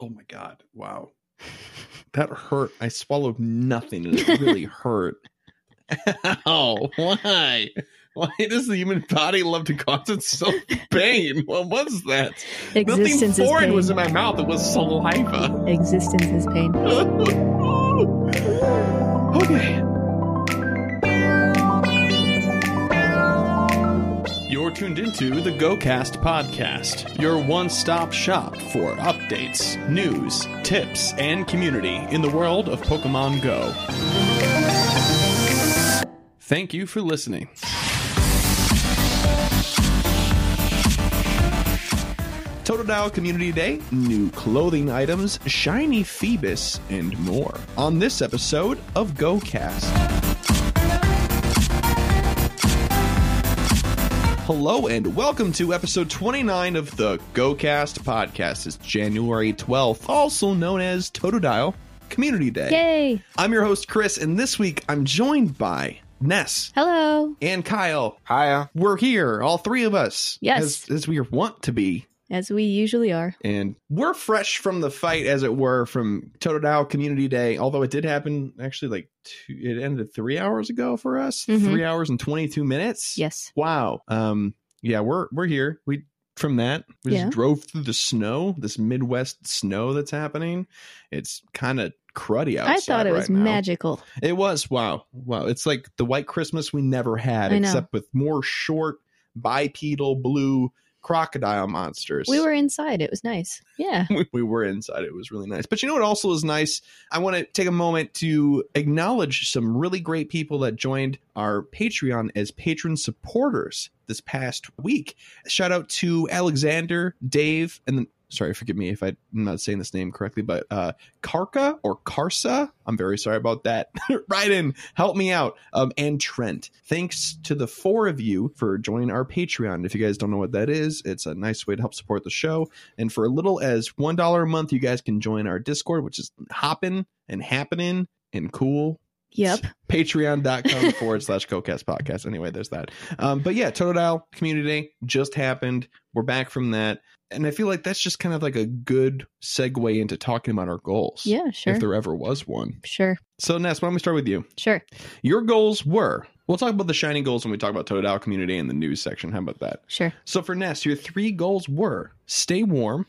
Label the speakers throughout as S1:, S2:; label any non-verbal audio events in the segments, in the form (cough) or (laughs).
S1: Oh my god! Wow, that hurt. I swallowed nothing, and (laughs) it really hurt. Ow! Oh, Why? Why does the human body love to cause (laughs) itself pain? What was that?
S2: Existence
S1: Nothing
S2: is
S1: foreign
S2: pain.
S1: was in my mouth. It was saliva.
S2: Existence is pain.
S1: okay. You're tuned into the GoCast podcast, your one stop shop for updates, news, tips, and community in the world of Pokemon Go. Thank you for listening. Totodile Community Day, new clothing items, shiny Phoebus, and more on this episode of GoCast. Hello and welcome to episode 29 of the GoCast podcast. It's January 12th, also known as Totodile Community Day.
S2: Yay!
S1: I'm your host, Chris, and this week I'm joined by Ness
S2: Hello.
S1: and Kyle.
S3: Hiya.
S1: We're here, all three of us.
S2: Yes.
S1: As, as we want to be.
S2: As we usually are.
S1: And we're fresh from the fight, as it were, from Totodile Community Day, although it did happen actually like two, it ended three hours ago for us,
S2: Mhm.
S1: three hours and 22 minutes.
S2: Yes.
S1: Wow. Um, yeah, we're, we're here. We, from that, we
S2: Yeah.
S1: just drove through the snow, this Midwest snow that's happening. It's kind of cruddy outside.
S2: I thought it was
S1: right now.
S2: magical.
S1: It was wow, wow. It's like the white Christmas we never had,
S2: I know.
S1: except with more short, bipedal, blue crocodile monsters.
S2: We were inside. It was nice. Yeah.
S1: (laughs) we were inside. It was really nice. But you know what? Also is nice. I want to take a moment to acknowledge some really great people that joined our Patreon as patron supporters this past week. Shout out to Alexander, Dave, and then. Sorry, forgive me if I'm not saying this name correctly, but uh, Karka or Karsa. I'm very sorry about that. (laughs) right in, help me out. Um, and Trent. Thanks to the four of you for joining our Patreon. If you guys don't know what that is, it's a nice way to help support the show. And for a little as one dollar a month, you guys can join our Discord, which is hopping and happening and cool. (laughs)
S2: Yep.
S1: Patreon.com forward slash GoCast podcast. Anyway, there's that. Um, but yeah, Totodile Community Day just happened. We're back from that. And I feel like that's just kind of like a good segue into talking about our goals.
S2: Yeah, sure.
S1: If there ever was one.
S2: Sure.
S1: So, Ness, why don't we start with you?
S2: Sure.
S1: Your goals were we'll talk about the shiny goals when we talk about Totodile Community Day in the news section. How about that?
S2: Sure.
S1: So, for Ness, your three goals were stay warm,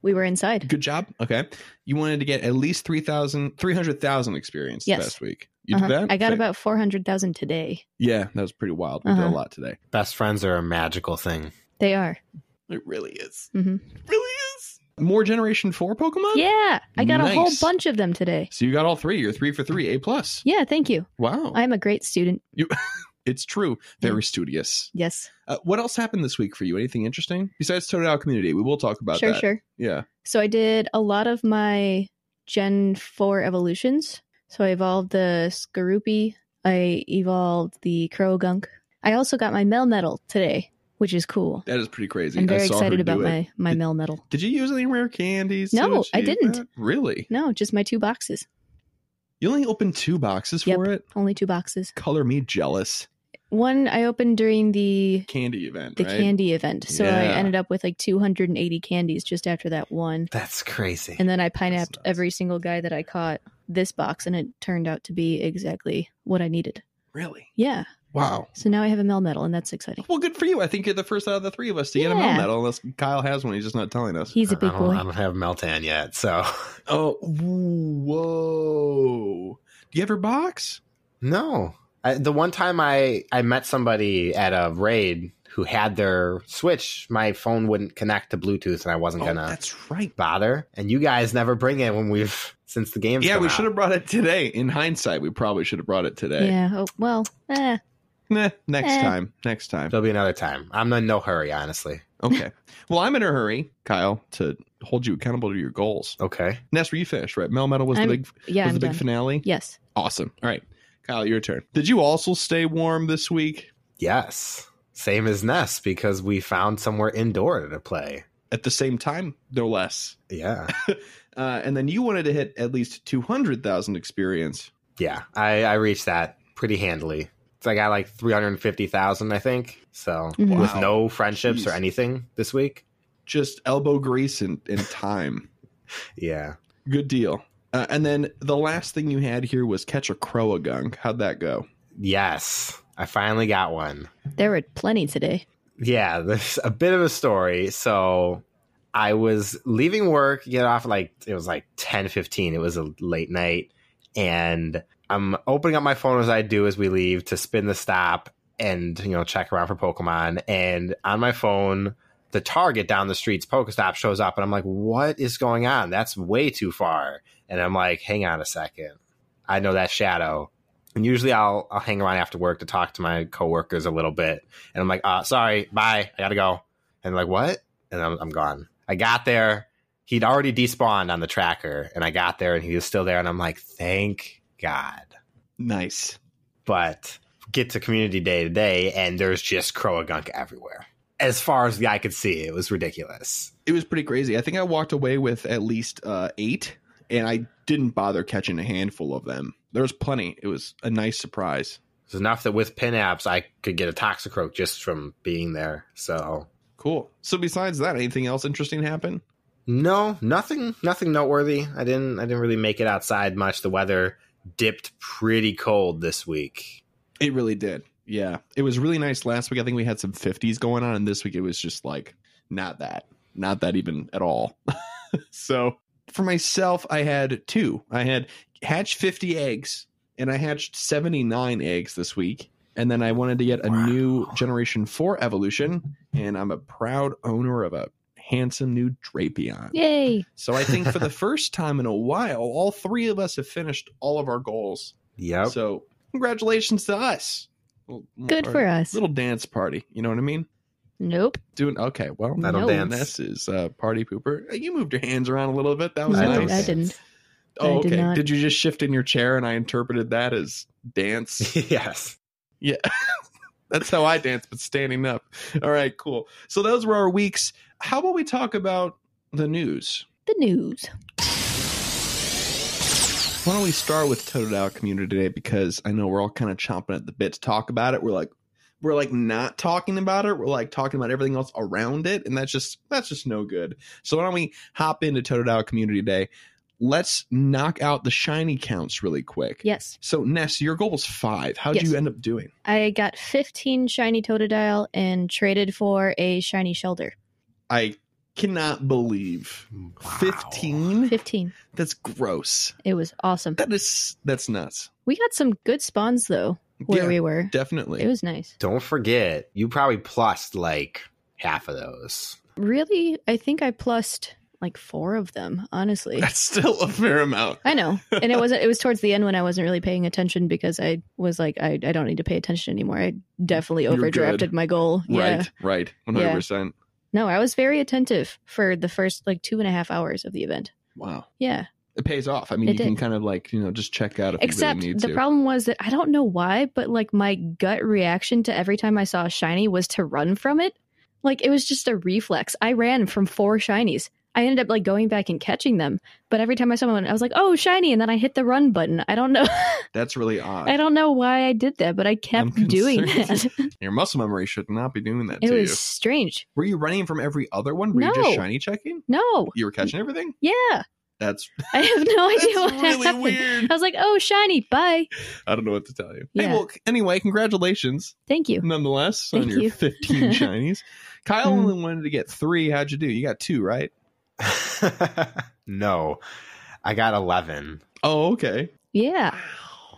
S2: We were inside.
S1: Good job. Okay. You wanted to get at least 3,000, 300,000 experience
S2: Yes.
S1: last week. You
S2: Uh-huh.
S1: did that?
S2: I got
S1: Okay.
S2: about 400,000 today.
S1: Yeah, that was pretty wild. We did
S2: Uh-huh.
S1: a lot today.
S3: Best friends are a magical thing.
S2: They are.
S1: It really is.
S2: Mhm.
S1: It really is. More Generation 4 Pokemon?
S2: Yeah. I got a whole
S1: Oh, Nice.
S2: bunch of them today.
S1: So you got all three. You're three for three, A plus.
S2: Yeah. Thank you.
S1: Wow,
S2: I'm a great student.
S1: it's true. Very studious.
S2: Yes.
S1: Uh, what else happened this week for you? Anything interesting besides Totodile Community? We will talk about
S2: sure,
S1: that.
S2: sure.
S1: Yeah.
S2: So I did a lot of my Gen 4 evolutions. So I evolved the Skorupi. I evolved the Crowgunk. I also got my Melmetal today, which is cool.
S1: That is pretty crazy.
S2: I'm
S1: I
S2: very
S1: saw her
S2: excited
S1: do
S2: about
S1: it.
S2: my, my
S1: Did-
S2: Melmetal.
S1: Did you use any rare candies? to
S2: No, I
S1: achieve
S2: didn't.
S1: that? Really?
S2: No, just my two boxes.
S1: You only opened two boxes
S2: Yep.
S1: for it.
S2: Only two boxes.
S1: Color me jealous.
S2: One I opened during the
S1: candy event,
S2: the
S1: right?
S2: candy event. So
S1: Yeah.
S2: I ended up with like 280 candies just after that one.
S3: That's crazy.
S2: And then I pineapped
S1: nuts.
S2: every single guy that I caught this box and it turned out to be exactly what I needed.
S1: Really?
S2: Yeah.
S1: Wow.
S2: So now I have a Mel medal, and that's exciting.
S1: Well, good for you. I think you're the first out of the three of us to get a
S2: Yeah.
S1: Mel medal, unless Kyle has one. He's just not telling us.
S2: He's a
S3: I
S2: big
S3: don't, I
S2: boy.
S3: don't have Meltan yet, so (laughs)
S1: Oh, whoa. Do you have your box?
S3: no. I, the one time I I met somebody at a raid who had their Switch, my phone wouldn't connect to Bluetooth, and I wasn't
S1: Oh,
S3: gonna
S1: that's right.
S3: bother. And you guys never bring it when we've (laughs) since the game's
S1: Yeah,
S3: come
S1: we
S3: out.
S1: should have brought it today. In hindsight, we probably should have brought it today.
S2: Yeah. Oh, well, eh,
S1: Nah, next
S2: Eh.
S1: time. Next time.
S3: There'll be another time. I'm in no hurry, honestly.
S2: (laughs)
S1: Okay. well, I'm in a hurry, Kyle, to hold you accountable to your goals.
S3: Okay.
S1: Ness, were you finished, right? Mel medal was
S2: I'm-
S1: the big
S2: yeah,
S1: was
S2: I'm
S1: the
S2: done.
S1: big finale.
S2: yes.
S1: Awesome. All right. Kyle, your turn. Did you also stay warm this week?
S3: Yes. Same as Ness because we found somewhere indoor to play.
S1: At the same time, no less.
S3: Yeah.
S1: Uh, and then you wanted to hit at least 200,000 experience.
S3: Yeah, I, I reached that pretty handily. So I got like 350,000, I think. So
S2: Mhm.
S3: with
S1: Mm-hmm. Wow.
S3: no friendships or
S1: Jeez.
S3: anything this week.
S1: just elbow grease and, and time. (laughs)
S3: Yeah.
S1: Good deal. Uh, and then the last thing you had here was catch a crow a gunk. How'd that go?
S3: Yes. I finally got one.
S2: There were plenty today.
S3: Yeah, (laughs) there's a bit of a story. So I was leaving work, get off like it was like 10 15. It was a late night. And I'm opening up my phone as I do as we leave to spin the stop and you know check around for Pokemon. And on my phone, the target down the street's Pokestop shows up, and I'm like, "What is going on? That's way too far." And I'm like, "Hang on a second, I know that shadow." And usually I'll I'll hang around after work to talk to my coworkers a little bit, and I'm like, uh, "Sorry, bye, I gotta go." And they're like, "What?" And I'm, I'm gone. I got there. He'd already despawned on the tracker, and I got there, and he was still there, and I'm like, "Thank God."
S1: Nice.
S3: But get to community day today, and there's just Croagunk everywhere. As far as the eye could see, it was ridiculous.
S1: It was pretty crazy. I think I walked away with at least uh, eight, and I didn't bother catching a handful of them. There was plenty. It was a nice surprise.
S3: It's enough that with pin apps, I could get a Toxicroak just from being there. So
S1: Cool. So besides that, anything else interesting happen?
S3: no, nothing, nothing noteworthy. I didn't, I didn't really make it outside much. The weather dipped pretty cold this week.
S1: It really did. Yeah. It was really nice last week. I think we had some 50s going on, and this week it was just like not that, not that even at all. (laughs) so for myself, I had two. I had hatched 50 eggs, and I hatched 79 eggs this week. And then I wanted to get a
S3: Wow.
S1: new Generation 4 evolution, and I'm a proud owner of a handsome new Drapion.
S2: Yay!
S1: So I think for the first time in a while, all three of us have finished all of our goals.
S3: Yep.
S1: So congratulations to us.
S2: Good
S1: Our
S2: for us.
S1: Little dance party. You know what I mean?
S2: Nope.
S1: Doing okay. Well,
S3: I don't
S2: No.
S3: dance.
S1: Ness is uh, party pooper. You moved your hands around a little bit. That was
S2: no,
S3: don't
S1: nice.
S2: I
S3: dance.
S2: didn't.
S1: oh,
S2: I
S1: okay.
S2: did
S1: Did,
S2: not.
S1: you just shift in your chair and I interpreted that as
S3: (laughs)
S1: dance?
S3: (laughs) yes.
S1: yeah. That's how I dance, but standing up. All right, cool. So those were our weeks. How about we talk about the news?
S2: The news.
S1: Why don't we start with Toted Out Community today? Because I know we're all kind of chomping at the bit to talk about it. We're like, we're like not talking about it. We're like talking about everything else around it, and that's just that's just no good. So why don't we hop into Toted Out Community Day? Let's knock out the shiny counts really quick.
S2: Yes.
S1: So Ness, your goal was five. How'd
S2: Yes.
S1: you end up doing?
S2: I got 15 shiny Totodile and traded for a shiny Shelter.
S1: I cannot believe
S3: Wow.
S1: fifteen.
S2: 15.
S1: That's gross.
S2: It was awesome.
S1: That is that's nuts.
S2: We got some good spawns though where
S1: Yeah,
S2: we were.
S1: definitely.
S2: It was nice.
S3: Don't forget, you probably plussed like half of those.
S2: Really, I think I plussed like four of them, honestly.
S1: that's still a fair amount.
S2: I know.
S1: (laughs)
S2: And it wasn't it was towards the end when I wasn't really paying attention because I was like I, I don't need to pay attention anymore. I definitely
S1: You're
S2: overdrafted
S1: good.
S2: my goal. Yeah.
S1: Right, right, one hundred percent.
S2: No, I was very attentive for the first like two and a half hours of the event.
S1: Wow.
S2: Yeah.
S1: It pays off. I mean,
S2: It
S1: you can
S2: did.
S1: kind of like, you know, just check out if
S2: Except
S1: you really need
S2: the
S1: to.
S2: problem was that I don't know why, but like my gut reaction to every time I saw a shiny was to run from it. Like it was just a reflex. I ran from four shinies. I ended up like going back and catching them, but every time I saw one, I was like, "Oh, shiny!" and then I hit the run button. I don't know.
S1: That's really odd.
S2: I don't know why I did that, but I kept
S1: I'm
S2: doing
S1: concerned.
S2: that.
S1: (laughs) Your muscle memory should not be doing that
S2: it
S1: to
S2: was
S1: you.
S2: strange.
S1: Were you running from every other one? Were you just
S2: No.
S1: shiny checking?
S2: No,
S1: You were catching everything?
S2: yeah,
S1: That's,
S2: (laughs) I have no
S1: that's
S2: idea what
S1: really
S2: happened.
S1: weird.
S2: I was like, "Oh, shiny! Bye,
S1: I don't know what to tell you. Hey,
S2: Yeah.
S1: well, anyway, congratulations
S2: thank you."
S1: nonetheless on
S2: Thank
S1: your
S2: you. (laughs)
S1: 15 shinies. Kyle
S2: Mm.
S1: only wanted to get three. How'd you do? You got two, right?
S3: (laughs) no, I got 11.
S1: Oh, okay.
S2: Yeah,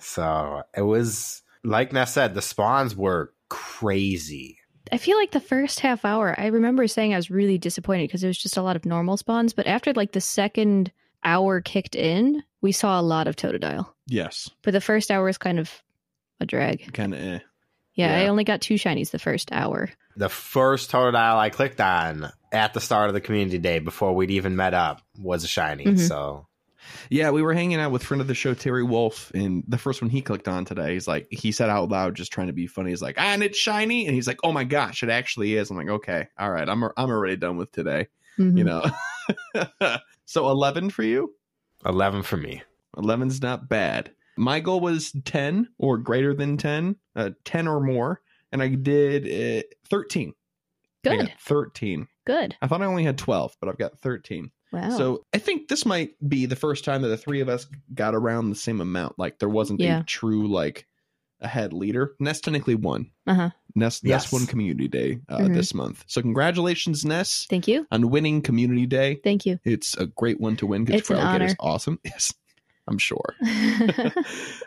S3: So it was, like Ness said, the spawns were crazy.
S2: I feel like the first half hour, I remember saying I was really disappointed because it was just a lot of normal spawns. But after like the second hour kicked in, we saw a lot of Totodile.
S1: Yes.
S2: But the first hour was kind of a drag.
S1: Kind of eh.
S2: Yeah,
S1: Yeah.
S2: I only got two shinies the first hour.
S3: The first Totodile I clicked on at the start of the community day before we'd even met up was a shiny.
S2: Mhm.
S3: So
S1: Yeah, we were hanging out with friend of the show Terry Wolf, and the first one he clicked on today, he's like, he said out loud, just trying to be funny, he's like, "Ah, and it's shiny," and he's like, "Oh my gosh, it actually is." I'm like, "Okay, all right, I'm I'm already done with today,"
S2: Mhm.
S1: you know. (laughs) so eleven for you.
S3: 11 for me.
S1: 11's not bad. My goal was ten or greater than ten, uh, ten or more, and I did uh, thirteen. I
S2: Good.
S1: got 13.
S2: Good.
S1: I thought I only had 12, but I've got 13.
S2: Wow.
S1: So I think this might be the first time that the three of us got around the same amount. Like there wasn't
S2: Yeah.
S1: a true like ahead leader. And that's technically one.
S2: Uh-huh.
S1: Ness,
S3: Yes.
S1: Ness won Community Day uh,
S2: Mhm.
S1: this month. So congratulations, Ness,
S2: Thank you.
S1: on winning Community Day.
S2: Thank
S1: (laughs)
S2: you. (laughs)
S1: It's a great one to win because
S2: It's an
S1: Trailgate is
S2: honor.
S1: awesome. (laughs) Yes, I'm
S2: (laughs)
S1: sure. (laughs)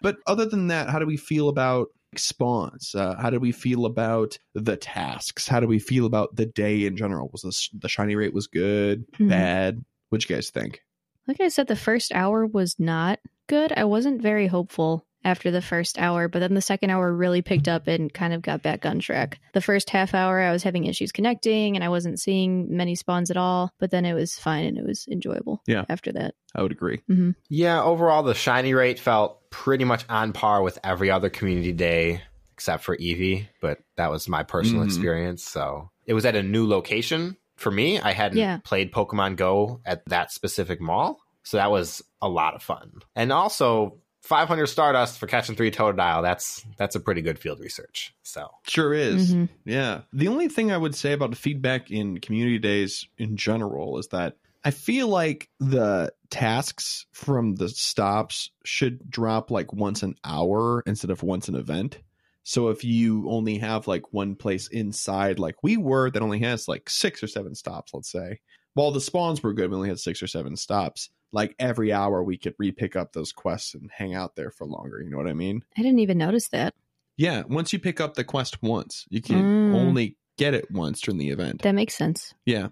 S1: but other than that, how do we feel about spawns? Uh, how do we feel about the tasks? How do we feel about the day in general? Was this, the shiny rate was good,
S2: Mhm.
S1: bad? What'd you guys think?
S2: like I said, the first hour was not good. I wasn't very hopeful after the first hour, but then the second hour really picked up and kind of got back on track. The first half hour, I was having issues connecting and I wasn't seeing many spawns at all, but then it was fine and it was enjoyable
S1: Yeah.
S2: after that.
S1: I would agree.
S3: Yeah, overall, the shiny rate felt pretty much on par with every other community day except for Eevee, but that was my personal
S1: Mhm.
S3: experience. So it was at a new location for me. I hadn't
S2: Yeah.
S3: played Pokemon Go at that specific mall. So that was a lot of fun. And also, 500 Stardust for catching three Totodile. That's that's a pretty good field research. So
S1: Sure is.
S2: Mhm.
S1: Yeah. The only thing I would say about the feedback in community days in general is that I feel like the tasks from the stops should drop like once an hour instead of once an event. So if you only have like one place inside, like we were, that only has like six or seven stops, let's say, while the spawns were good, we only had six or seven stops. Like every hour, we could repick up those quests and hang out there for longer. You know what I mean?
S2: I didn't even notice that.
S1: Yeah, once you pick up the quest once, you can
S2: Mm.
S1: only get it once during the event.
S2: That makes sense.
S1: yeah.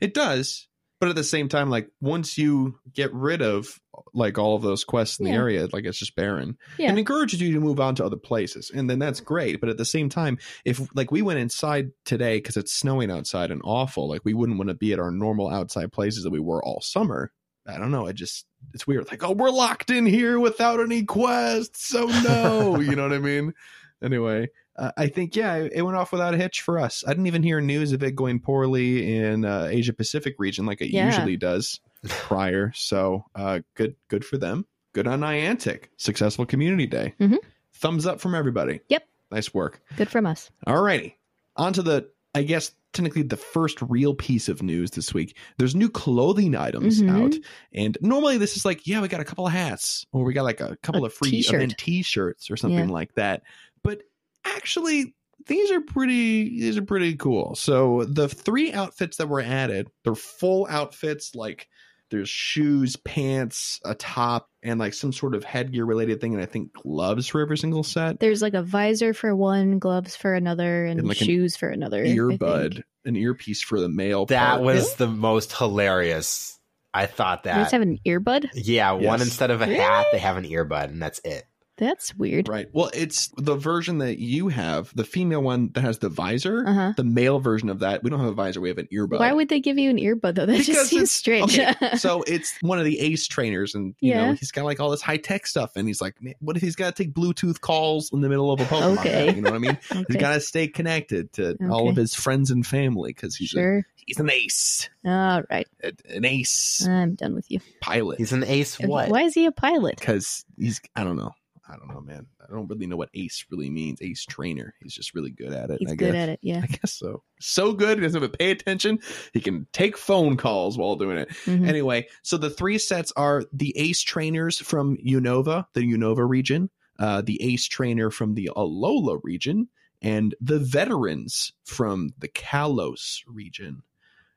S1: It does, but at the same time like once you get rid of like all of those quests in the
S2: Yeah.
S1: area, like it's just barren.
S2: Yeah.
S1: It encourages you to move on to other places. And then that's great, but at the same time, if like we went inside today cuz it's snowing outside and awful, like we wouldn't want to be at our normal outside places that we were all summer. I don't know. I just it's weird. Like, oh, we're locked in here without any quests. So
S2: (laughs)
S1: no, you know what I mean? Anyway, uh, I think yeah, it it went off without a hitch for us. I didn't even hear news of it going poorly in uh, Asia Pacific region like it
S2: Yeah.
S1: usually does prior. So uh, good, good for them. Good on Niantic. Successful Community Day.
S2: Mhm.
S1: Thumbs up from everybody.
S2: Yep.
S1: Nice work.
S2: Good from us.
S1: Alrighty. On to the, I guess, technically the first real piece of news this week. There's new clothing items
S2: Mhm.
S1: out. And normally this is like, yeah, we got a couple of hats or we got like a couple
S2: A
S1: of free
S2: t-shirt.
S1: event t shirts or something like that. But actually, these are pretty these are pretty cool. So the three outfits that were added, they're full outfits like there's shoes, pants, a top, and like some sort of headgear related thing, and I think gloves for every single set.
S2: There's like a visor for one, gloves for another, and,
S1: And like an
S2: shoes for another. I think.
S1: earbud, an earpiece for the male.
S3: that
S1: part.
S3: was the most hilarious. I thought
S2: You guys
S3: that.
S2: have an earbud?
S3: yeah, one
S1: Yes.
S3: instead of a hat, they have an earbud, and that's it.
S2: That's weird.
S1: right. Well, it's the version that you have, the female one that has the visor.
S2: Uh huh.
S1: The male version of that, we don't have a visor. We have an earbud.
S2: Why would (laughs) they give you an earbud though? That
S1: Because
S2: just seems
S1: it's-
S2: strange. (laughs)
S1: okay, so it's one of the ace trainers, and you know
S2: Yeah.
S1: he's got like all this high tech stuff, and he's like, Man, what if he's got to take Bluetooth calls in the middle of a Pokemon?
S2: Okay.
S1: game? you know what I mean. He's
S2: Okay,
S1: got to stay connected to all of
S2: Okay.
S1: his friends and family because he's a-
S2: sure.
S1: he's an ace,
S2: All right,
S1: a- an ace
S2: I'm done with you.
S1: pilot.
S3: He's an ace. What?
S2: Why is he a pilot?
S1: because he's I don't know. I don't know, man. I don't really know what ace really means. Ace trainer. He's just really good at it.
S2: He's
S1: I
S2: good
S1: guess.
S2: at it. Yeah.
S1: (laughs) I guess so. So good. He doesn't have to pay attention. He can take phone calls while doing it.
S2: Mhm.
S1: Anyway, so the three sets are the ace trainers from Unova, the Unova region, uh, the ace trainer from the Alola region, and the veterans from the Kalos region.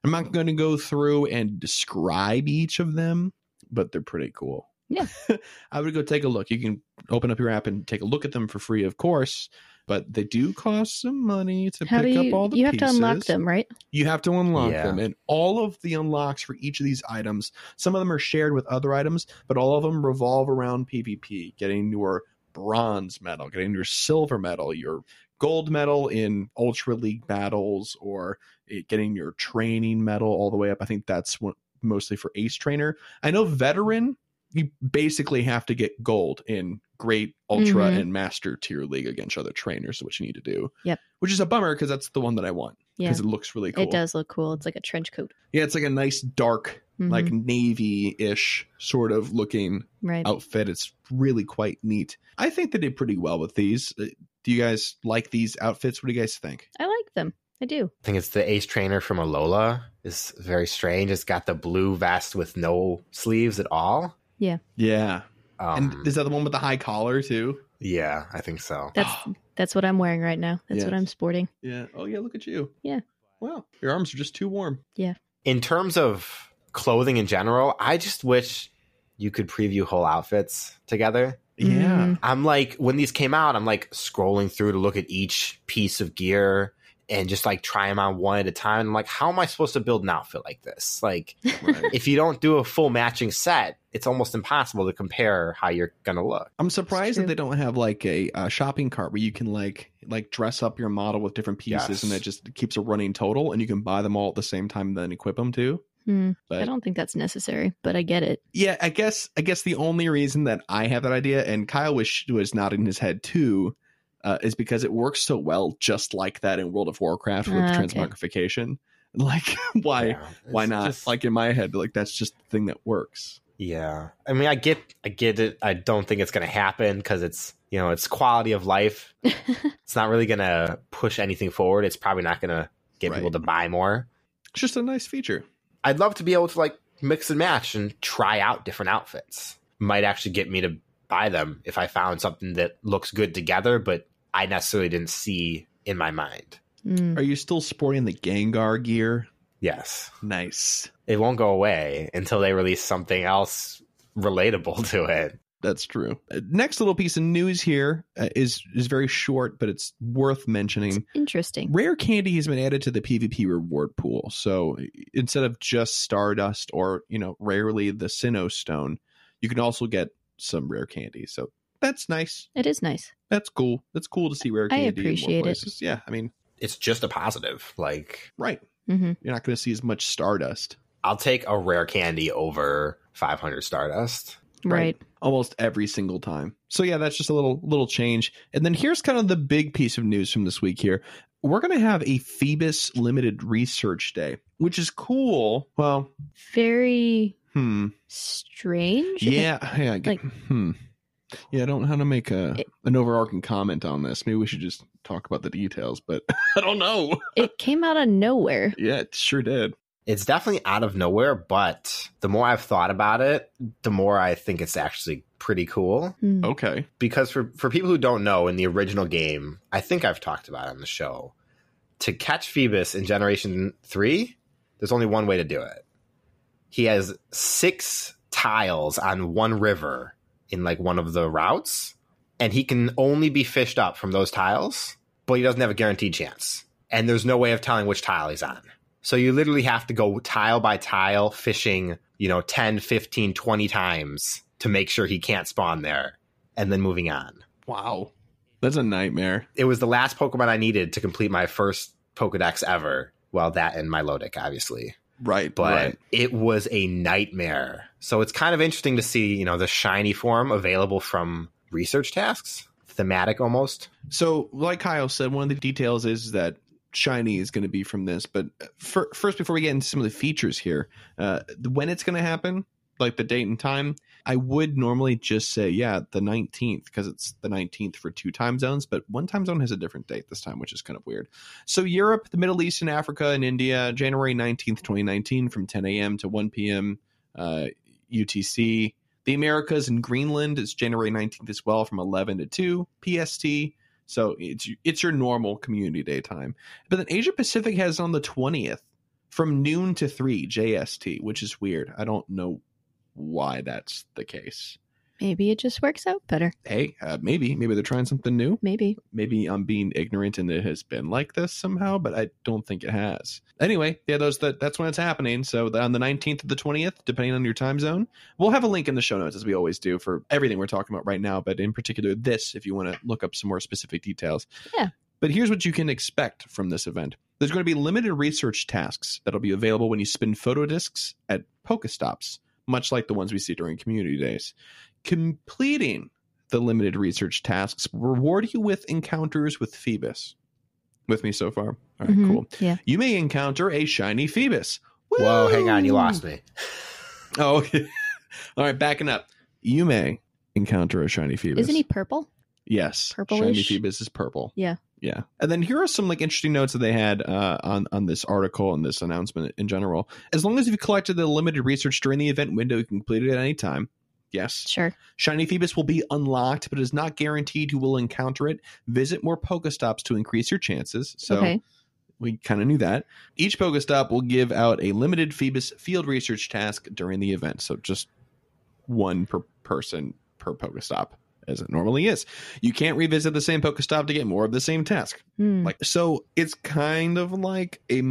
S1: I'm not going to go through and describe each of them, but they're pretty cool.
S2: Yeah.
S1: (laughs) I would go take a look. You can open up your app and take a look at them for free, of course, but they do cost some money to
S2: How do
S1: pick
S2: you?
S1: up all the
S2: You have to unlock
S1: pieces.
S2: them, right?
S1: You have to unlock
S3: Yeah.
S1: them, and all of the unlocks for each of these items, some of them are shared with other items, but all of them revolve around PvP, getting your bronze medal, getting your silver medal, your gold medal in Ultra League battles, or it, getting your training medal all the way up. I think that's what, mostly for Ace Trainer. I know Veteran, you basically have to get gold in Great, Ultra,
S2: Mhm.
S1: and Master Tier League against other trainers, is what you need to do.
S2: Yep.
S1: Which is a bummer because that's the one that I want
S2: Yeah.
S1: because it looks really cool.
S2: It does look cool. It's like a trench coat.
S1: Yeah, it's like a nice dark,
S2: Mhm.
S1: like navy ish sort of looking
S2: right.
S1: outfit. It's really quite neat. I think they did pretty well with these. Uh, Do you guys like these outfits? What do you guys think?
S2: I like them.
S1: (sighs)
S2: I do.
S3: I think it's the Ace Trainer from Alola. It's very strange. It's got the blue vest with no sleeves at all.
S1: Yeah.
S3: Um,
S1: And is that the one with the high collar too?
S3: yeah, I think so.
S2: That's that's what I'm wearing right now. That's what
S1: Yes.
S2: I'm sporting.
S1: Yeah. Oh yeah, look at you.
S2: Yeah.
S1: Wow. Your arms are just too warm.
S3: in terms of clothing in general, I just wish you could preview whole outfits together.
S1: Yeah.
S2: Mm.
S3: I'm like, when these came out, I'm like scrolling through to look at each piece of gear and just like try them on one at a time. I'm like, how am I supposed to build an outfit like this?
S1: (laughs)
S3: Like,
S2: Mm-hmm.
S1: Right.
S3: if you don't do a full matching set, it's almost impossible to compare how you're going to look.
S1: I'm surprised that
S2: true.
S1: they don't have like a, uh shopping cart where you can like like dress up your model with different pieces
S3: Yes.
S1: and it just keeps a running total and you can buy them all at the same time and then equip them too.
S2: Hmm. I
S1: But
S2: don't think that's necessary, but I get it. (laughs)
S1: yeah, I guess I guess the only reason that I have that idea and Kyle was was nodding his head too uh, is because it works so well just like that in World of Warcraft with
S2: Ah, okay.
S1: transmogrification. (laughs) Like why
S3: Yeah,
S1: why
S3: it's
S1: not?
S3: just-
S1: Like in my head, like that's just the thing that works.
S3: Yeah. I mean, I get I get it. I don't think it's going to happen cuz it's, you know, it's quality of life. it's not really going to push anything forward. It's probably not going to get
S1: Right.
S3: people to buy more.
S1: It's just a nice feature.
S3: I'd love to be able to like mix and match and try out different outfits. Might actually get me to buy them if I found something that looks good together but I necessarily didn't see in my mind.
S2: Mm.
S1: Are you still sporting the Gengar gear?
S3: Yes.
S1: Nice.
S3: It won't go away until they release something else relatable (laughs) to it.
S1: That's true. Uh, Next little piece of news here uh, is is very short, but it's worth mentioning.
S2: Interesting.
S1: Rare candy has been added to the PvP reward pool. So i- instead of just Stardust or you know rarely the Sinnoh Stone, you can also get some rare candy. So that's nice.
S2: It is nice.
S1: That's cool. That's cool to see rare
S2: I
S1: candy in
S2: appreciate
S1: more
S2: it.
S1: places. Yeah, I mean,
S3: It's just a positive. Like
S1: right.
S2: hmm
S1: You're not going to see as much Stardust.
S3: I'll take a rare candy over 500 Stardust.
S1: Right.
S2: Right.
S1: almost every single time. So yeah, that's just a little little change. And then here's kind of the big piece of news from this week here. We're going to have a Phoebus limited research day, which is cool. Well,
S2: Very
S1: hmm.
S2: strange.
S1: Yeah, yeah, I get-
S2: Like-
S1: hmm. Yeah, I don't know how to make a an overarching comment on this. Maybe we should just talk about the details, but (laughs) I don't
S2: (laughs)
S1: know.
S2: It came out of nowhere.
S1: Yeah, it sure did.
S3: It's definitely out of nowhere, but the more I've thought about it, the more I think it's actually pretty
S1: Oh.
S3: cool.
S2: Hmm.
S1: Okay.
S3: Because for, for people who don't know, in the original game, I think I've talked about it on the show, to catch Phoebus in Generation 3, there's only one way to do it. He has six tiles on one river in like one of the routes, and he can only be fished up from those tiles, but he doesn't have a guaranteed chance. And there's no way of telling which tile he's on. So you literally have to go tile by tile fishing, you know, 10, 15, 20 times to make sure he can't spawn there and then moving on.
S1: Wow. That's a nightmare.
S3: It was the last Pokemon I needed to complete my first Pokedex ever. Well, that and Milotic, obviously.
S1: Right,
S3: But
S1: right.
S3: it was a nightmare. So it's kind of interesting to see, you know, the shiny form available from research tasks, thematic almost.
S1: So, like Kyle said, one of the details is that shiny is going to be from this. But fir- first, before we get into some of the features here, uh, when it's going to happen, like the date and time, I would normally just say, yeah, the 19th, because it's the 19th for two time zones. But one time zone has a different date this time, which is kind of weird. So, Europe, the Middle East, and Africa, and India, January 19th, 2019, from 10 a.m. to 1 p.m. Uh, UTC. The Americas and Greenland is January 19th as well from 11 to 2 PST. So it's it's your normal community day time. But then Asia Pacific has on the 20th from noon to 3 JST, which is weird. I don't know why that's the case.
S2: Maybe it just works out better.
S1: Hey, uh, maybe maybe they're trying something new.
S2: Maybe.
S1: Maybe I'm being ignorant and it has been like this somehow, but I don't think it has. Anyway, yeah, those that that's when it's happening. So on the 19th to the 20th, depending on your time zone, we'll have a link in the show notes as we always do for everything we're talking about right now, but in particular this if you want to look up some more specific details. But here's what you can expect from this event. There's going to be limited research tasks that'll be available when you spin photo discs at Pokestops, much like the ones we see during community days. Completing the limited research tasks will reward you with encounters with Phoebus. With me so far? All right,
S2: Mhm.
S1: cool.
S2: Yeah.
S1: You may encounter a shiny Phoebus.
S3: Whoa, hang on, you
S1: Woo!
S3: lost me.
S1: Oh, okay. (laughs) All right, backing up. You may encounter a shiny Phoebus.
S2: Isn't he purple?
S1: Yes. Shiny
S2: Purplish?
S1: Phoebus is purple.
S2: Yeah.
S1: yeah and then here are some like interesting notes that they had uh, on on this article and this announcement in general as long as you've collected the limited research during the event window you can complete it at any time yes
S2: Sure.
S1: Shiny Phoebus will be unlocked, but it is not guaranteed you will encounter it. Visit more Pokestops to increase your chances. So
S2: okay.
S1: we kind of knew that. Each Pokestop will give out a limited Phoebus field research task during the event. So just one per person per Pokestop, as it normally is. You can't revisit the same Pokestop to get more of the same task.
S2: Hmm.
S1: Like so it's kind of like a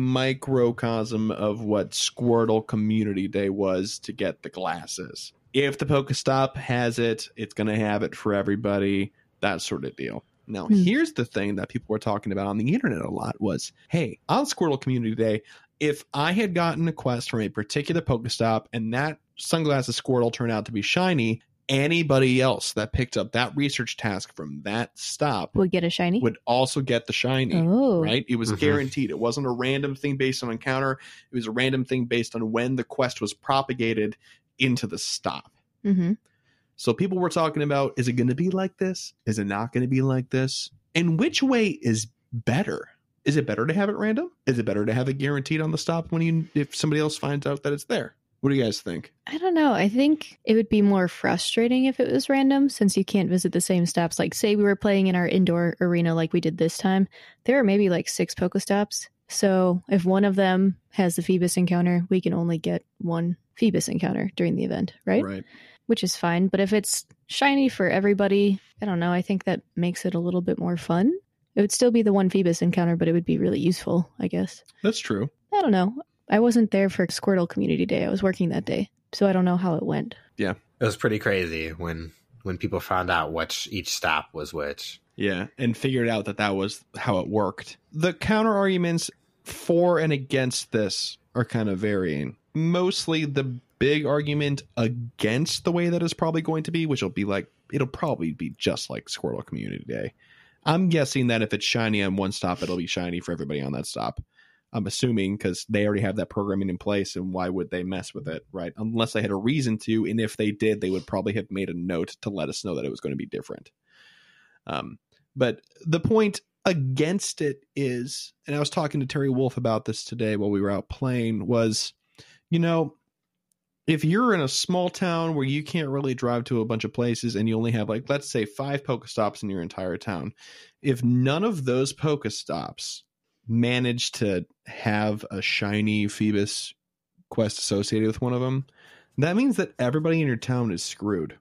S1: microcosm of what Squirtle Community Day was to get the glasses. If the Pokestop has it, it's going to have it for everybody, that sort of deal. Now,
S2: Hmm.
S1: here's the thing that people were talking about on the internet a lot was, hey, on Squirtle Community Day, if I had gotten a quest from a particular Pokestop and that sunglasses Squirtle turned out to be shiny, anybody else that picked up that research task from that stop
S2: We'll get a shiny.
S1: would also get the shiny.
S2: oh.
S1: Right? It was
S3: Mhm.
S1: guaranteed. It wasn't a random thing based on encounter. It was a random thing based on when the quest was propagated into the stop.
S2: Mm-hmm.
S1: So people were talking about is it going to be like this? Is it not going to be like this? And which way is better? Is it better to have it random? Is it better to have it guaranteed on the stop when you if somebody else finds out that it's there? What do you guys think?
S2: I don't know. I think it would be more frustrating if it was random since you can't visit the same stops. Like, say we were playing in our indoor arena like we did this time, there are maybe like six Pokestops. So, if one of them has the Phoebus encounter, we can only get one Phoebus encounter during the event, right?
S1: right.
S2: Which is fine. But if it's shiny for everybody, I don't know. I think that makes it a little bit more fun. It would still be the one Phoebus encounter, but it would be really useful, I guess.
S1: That's true.
S2: I don't know. I wasn't there for Squirtle Community Day. I was working that day, so I don't know how it went.
S3: It was pretty crazy when when people found out which each stop was which.
S1: Yeah, and figured out that that was how it worked. The counter arguments for and against this are kind of varying. Mostly the big argument against the way that is probably going to be, which will be like it'll probably be just like Squirtle Community Day. I'm guessing that if it's shiny on one stop, it'll be shiny for everybody on that stop. I'm assuming because they already have that programming in place, and why would they mess with it, right? Unless they had a reason to, and if they did, they would probably have made a note to let us know that it was going to be different. Um, but the point against it is, and I was talking to Terry Wolf about this today while we were out playing, was, you know, if you're in a small town where you can't really drive to a bunch of places and you only have like let's say five Pokestops in your entire town, if none of those Pokestops manage to have a shiny Phoebus quest associated with one of them, that means that everybody in your town is screwed.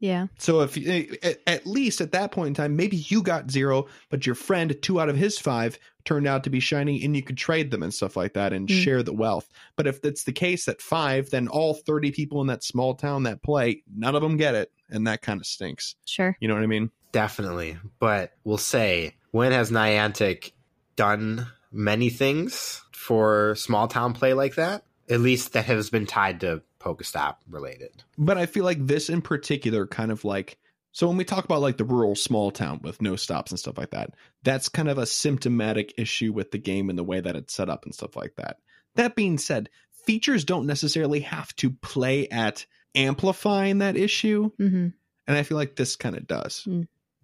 S2: Yeah.
S1: So if at, at least at that point in time, maybe you got zero, but your friend two out of his five turned out to be shiny, and you could trade them and stuff like that and
S2: Mm.
S1: share the wealth. But if it's the case that five, then all thirty people in that small town that play, none of them get it, and that kind of stinks.
S2: Sure.
S1: You know what I mean?
S3: Definitely. But we'll say, when has Niantic done many things for small town play like that? At least that has been tied to Pokestop related.
S1: But I feel like this in particular, kind of like so when we talk about like the rural small town with no stops and stuff like that, that's kind of a symptomatic issue with the game and the way that it's set up and stuff like that. That being said, features don't necessarily have to play at amplifying that issue,
S2: hmm
S1: and I feel like this kind of does.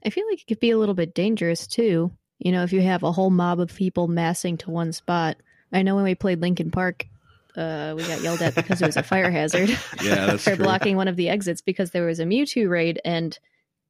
S2: I feel like it could be a little bit dangerous too. You know, if you have a whole mob of people massing to one spot. I know when we played Lincoln Park, uh, we got yelled at because it was a fire (laughs) hazard
S1: (laughs) Yeah, that's
S2: for
S1: true.
S2: blocking one of the exits because there was a Mewtwo raid and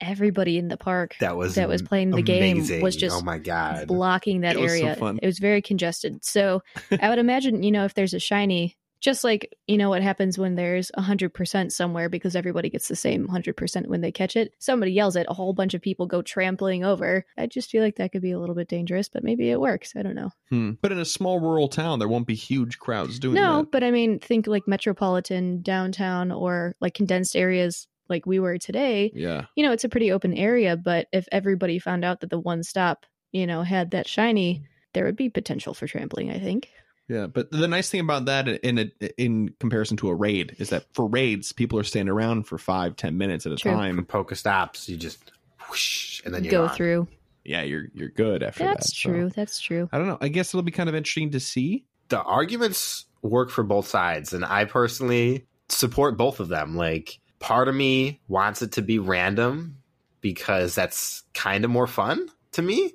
S2: everybody in the park
S3: (laughs) That was
S2: that was playing the game
S3: amazing.
S2: was just
S3: oh my god.
S2: blocking that
S1: It was so
S2: area.
S1: fun.
S2: It was very congested. So I would imagine, you know, if there's a shiny, just like you know what happens when there's 100% somewhere because everybody gets the same 100% when they catch it, somebody yells it, a whole bunch of people go trampling over. I just feel like that could be a little bit dangerous, but maybe it works. I don't know.
S1: Hmm. But in a small rural town, there won't be huge crowds doing
S2: No,
S1: that.
S2: but I mean, think like metropolitan, downtown, or like condensed areas like we were today.
S1: Yeah,
S2: you know, it's a pretty open area, but if everybody found out that the one stop, you know, had that shiny, there would be potential for trampling, I think.
S1: yeah. But the nice thing about that in a, in comparison to a raid is that for raids, people are standing around for five, ten minutes at a
S2: True.
S1: time.
S3: For Pokestops, you just whoosh and then you
S2: Go through.
S1: yeah, you're you're good after
S2: That's
S1: that. so.
S2: true. That's true.
S1: I don't know. I guess it'll be kind of interesting to see.
S3: the arguments work for both sides and i personally support both of them like part of me wants it to be random because that's kind of more fun to me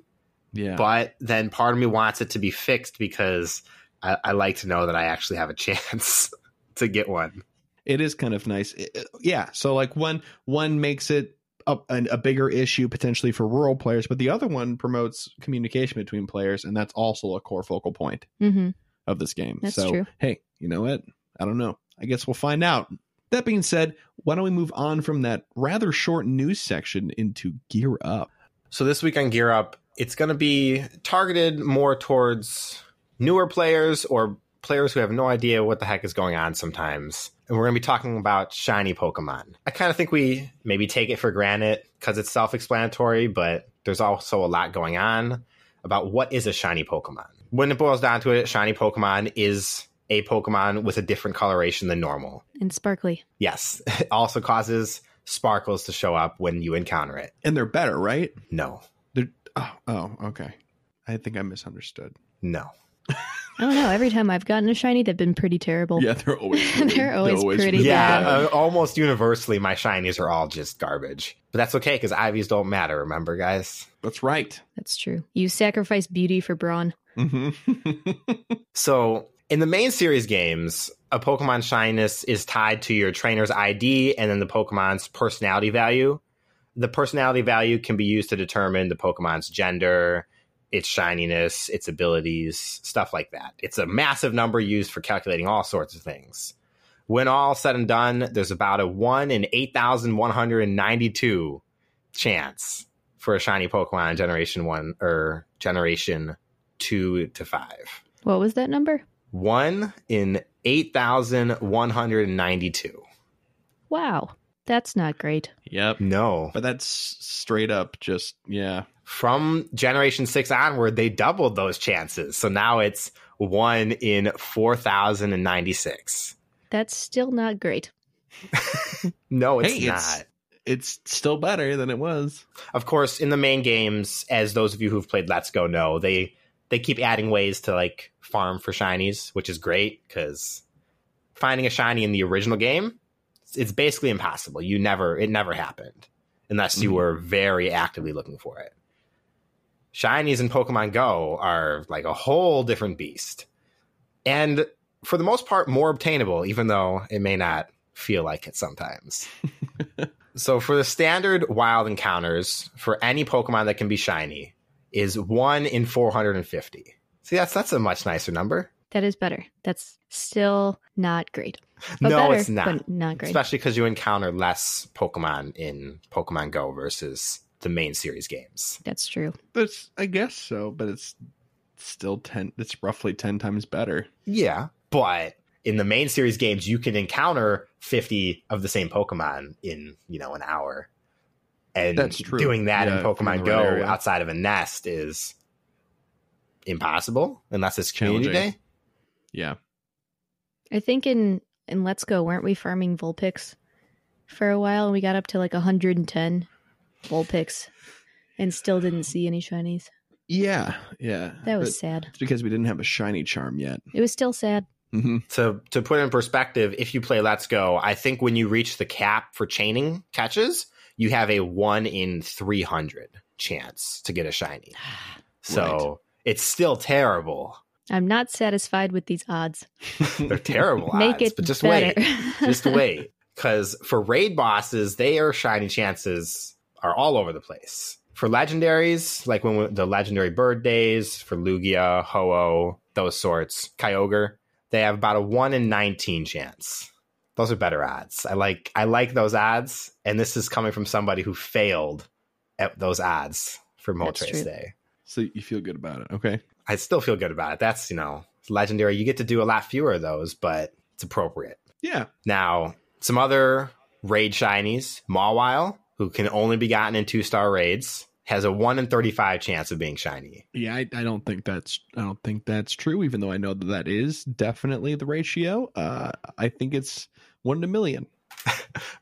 S1: Yeah.
S3: But then part of me wants it to be fixed because I, I like to know that I actually have a (laughs) chance to get one.
S1: it is kind of nice It- it- yeah so like one one makes it a, an- a bigger issue potentially for rural players but the other one promotes communication between players and that's also a core focal point
S2: Mm-hmm.
S1: of this game
S2: That's
S1: so
S2: true.
S1: hey you know what i don't know i guess we'll find out that being said why don't we move on from that rather short news section into gear up
S3: So this week on Gear Up, it's going to be targeted more towards newer players or players who have no idea what the heck is going on sometimes. And we're going to be talking about shiny Pokemon. I kind of think we maybe take it for granted because it's self explanatory, but there's also a lot going on about what is a shiny Pokemon. When it boils down to it, shiny Pokemon is a Pokemon with a different coloration than normal.
S2: And sparkly.
S3: Yes, (laughs) it also causes sparkles to show up when you encounter it.
S1: and they're better right
S3: No,
S1: oh, oh okay i think i misunderstood
S3: no.
S2: I don't know. Every time I've gotten a shiny, they've been pretty terrible.
S1: yeah they're always
S2: (laughs) They're always pretty
S1: really
S3: yeah,
S2: bad.
S3: uh, almost universally, my shinies are all just garbage. But that's okay because IVs don't matter. Remember, guys.
S1: that's right
S2: That's true. You sacrifice beauty for brawn.
S1: hmm (laughs)
S3: So in the main series games, a Pokemon shyness is tied to your trainer's ID and then the Pokemon's personality value. The personality value can be used to determine the Pokemon's gender, its shininess, its abilities, stuff like that. It's a massive number used for calculating all sorts of things. When all said and done, there's about a 1 in 8,192 chance for a shiny Pokemon in generation 1 or generation 2 to 5
S2: What was that number?
S3: one in 8,192.
S2: Wow. That's not great.
S1: yep
S3: No.
S1: but that's straight up just yeah
S3: From generation six onward, they doubled those chances. So now it's one in 4,096.
S2: That's still not great.
S3: No, it's
S1: Hey,
S3: not.
S1: it's- it's still better than it was
S3: of course, in the main games, as those of you who've played Let's Go know, they they keep adding ways to like farm for shinies, which is great because finding a shiny in the original game, it's- it's basically impossible. You never it never happened unless you
S1: Mhm.
S3: were very actively looking for it. Shinies in Pokemon Go are like a whole different beast, and for the most part, more obtainable, even though it may not feel like it sometimes. So for the standard wild encounters for any Pokemon that can be shiny is one in 450. See, that's that's a much nicer number,
S2: That is better. That's still not great. But
S3: No,
S2: better,
S3: it's not.
S2: But not great.
S3: especially because you encounter less Pokemon in Pokemon Go versus the main series games.
S2: That's true.
S1: That's I guess so, but it's still ten. It's roughly ten times better.
S3: Yeah, but in the main series games, you can encounter 50 of the same Pokemon in you know an hour, and
S1: That's true.
S3: doing that
S1: Yeah,
S3: in
S1: if you're in the right
S3: Pokemon Go
S1: area.
S3: outside of a nest is impossible unless it's community
S1: Challenging.
S3: day.
S1: Yeah,
S2: I think in in Let's Go, weren't we farming Vulpix for a while? And we got up to like 110 Vulpix and still didn't see any shinies.
S1: yeah, yeah.
S2: That was
S1: But
S2: sad.
S1: it's because we didn't have a shiny charm yet.
S2: It was still sad.
S1: Mm-hmm.
S3: to to put in perspective, if you play Let's Go, I think when you reach the cap for chaining catches, you have a one in three hundred chance to get a shiny. So it's still terrible.
S2: I'm not satisfied with these odds.
S1: (laughs)
S3: They're terrible
S2: (laughs) Make
S3: odds,
S2: it
S3: but just
S2: better.
S3: wait, (laughs)
S2: (laughs)
S3: just wait, because for raid bosses, their shiny chances are all over the place. For legendaries, like when we, the legendary bird days, for Lugia, Ho-Oh, those sorts, Kyogre, they have about a one in nineteen chance. Those are better odds. I like I like those odds, and this is coming from somebody who failed at those odds for
S2: That's
S3: Moltres
S2: true.
S3: Day.
S1: So you feel good about it, okay?
S3: I still feel good about it. That's you know legendary. You get to do a lot fewer of those, but it's appropriate.
S1: Yeah,
S3: Now, some other raid shinies, Mawile, who can only be gotten in two star raids, has a one in thirty five chance of being shiny.
S1: yeah. I, I don't think that's I don't think that's true. Even though I know that that is definitely the ratio. Uh, I think it's one to million.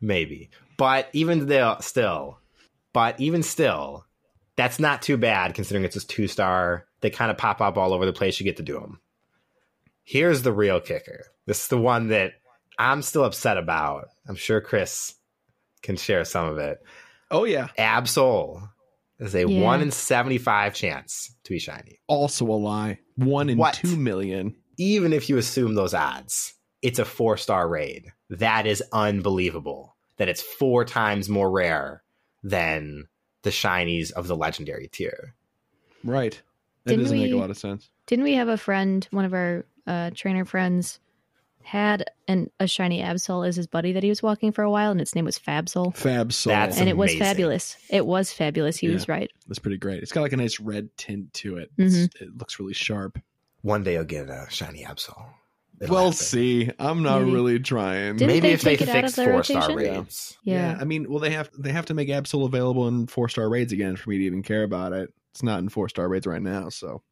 S3: Maybe. But even they'll still but even still, that's not too bad considering it's just two star. They kind of pop up all over the place. You get to do them. Here's the real kicker. This is the one that I'm still upset about. I'm sure Chris can share some of it.
S1: Oh yeah,
S3: Absol There's a
S2: Yeah.
S3: one in seventy-five chance to be shiny.
S1: Also a lie. One in
S3: What?
S1: two million.
S3: Even if you assume those odds, it's a four-star raid. That is unbelievable. That it's four times more rare than the shinies of the legendary tier.
S1: Right. That
S2: Didn't
S1: doesn't make a
S2: we-
S1: lot of sense.
S2: Didn't we have a friend, one of our uh, trainer friends, had an a shiny Absol as his buddy that he was walking for a while, and its name was Fabsol,
S1: Fab Soul.
S3: That's-
S1: That's,
S2: and it was
S3: amazing.
S2: fabulous. It was fabulous. He was right.
S1: pretty great. It's got like a nice red tint to it.
S2: Mm-hmm.
S1: It's, it looks really sharp.
S3: One day you'll get a shiny Absol. It'll
S1: Well,
S3: happen.
S1: see, I'm not
S2: Maybe.
S1: really trying.
S2: Didn't
S3: Maybe
S2: they
S3: if they
S2: take it out of
S3: fix
S2: the
S3: four-star
S2: rotation?
S1: Yeah.
S3: raids.
S1: yeah.
S2: Yeah.
S1: I mean, well, they have they have to make Absol available in four star raids again for me to even care about it. It's not in four star raids right now, so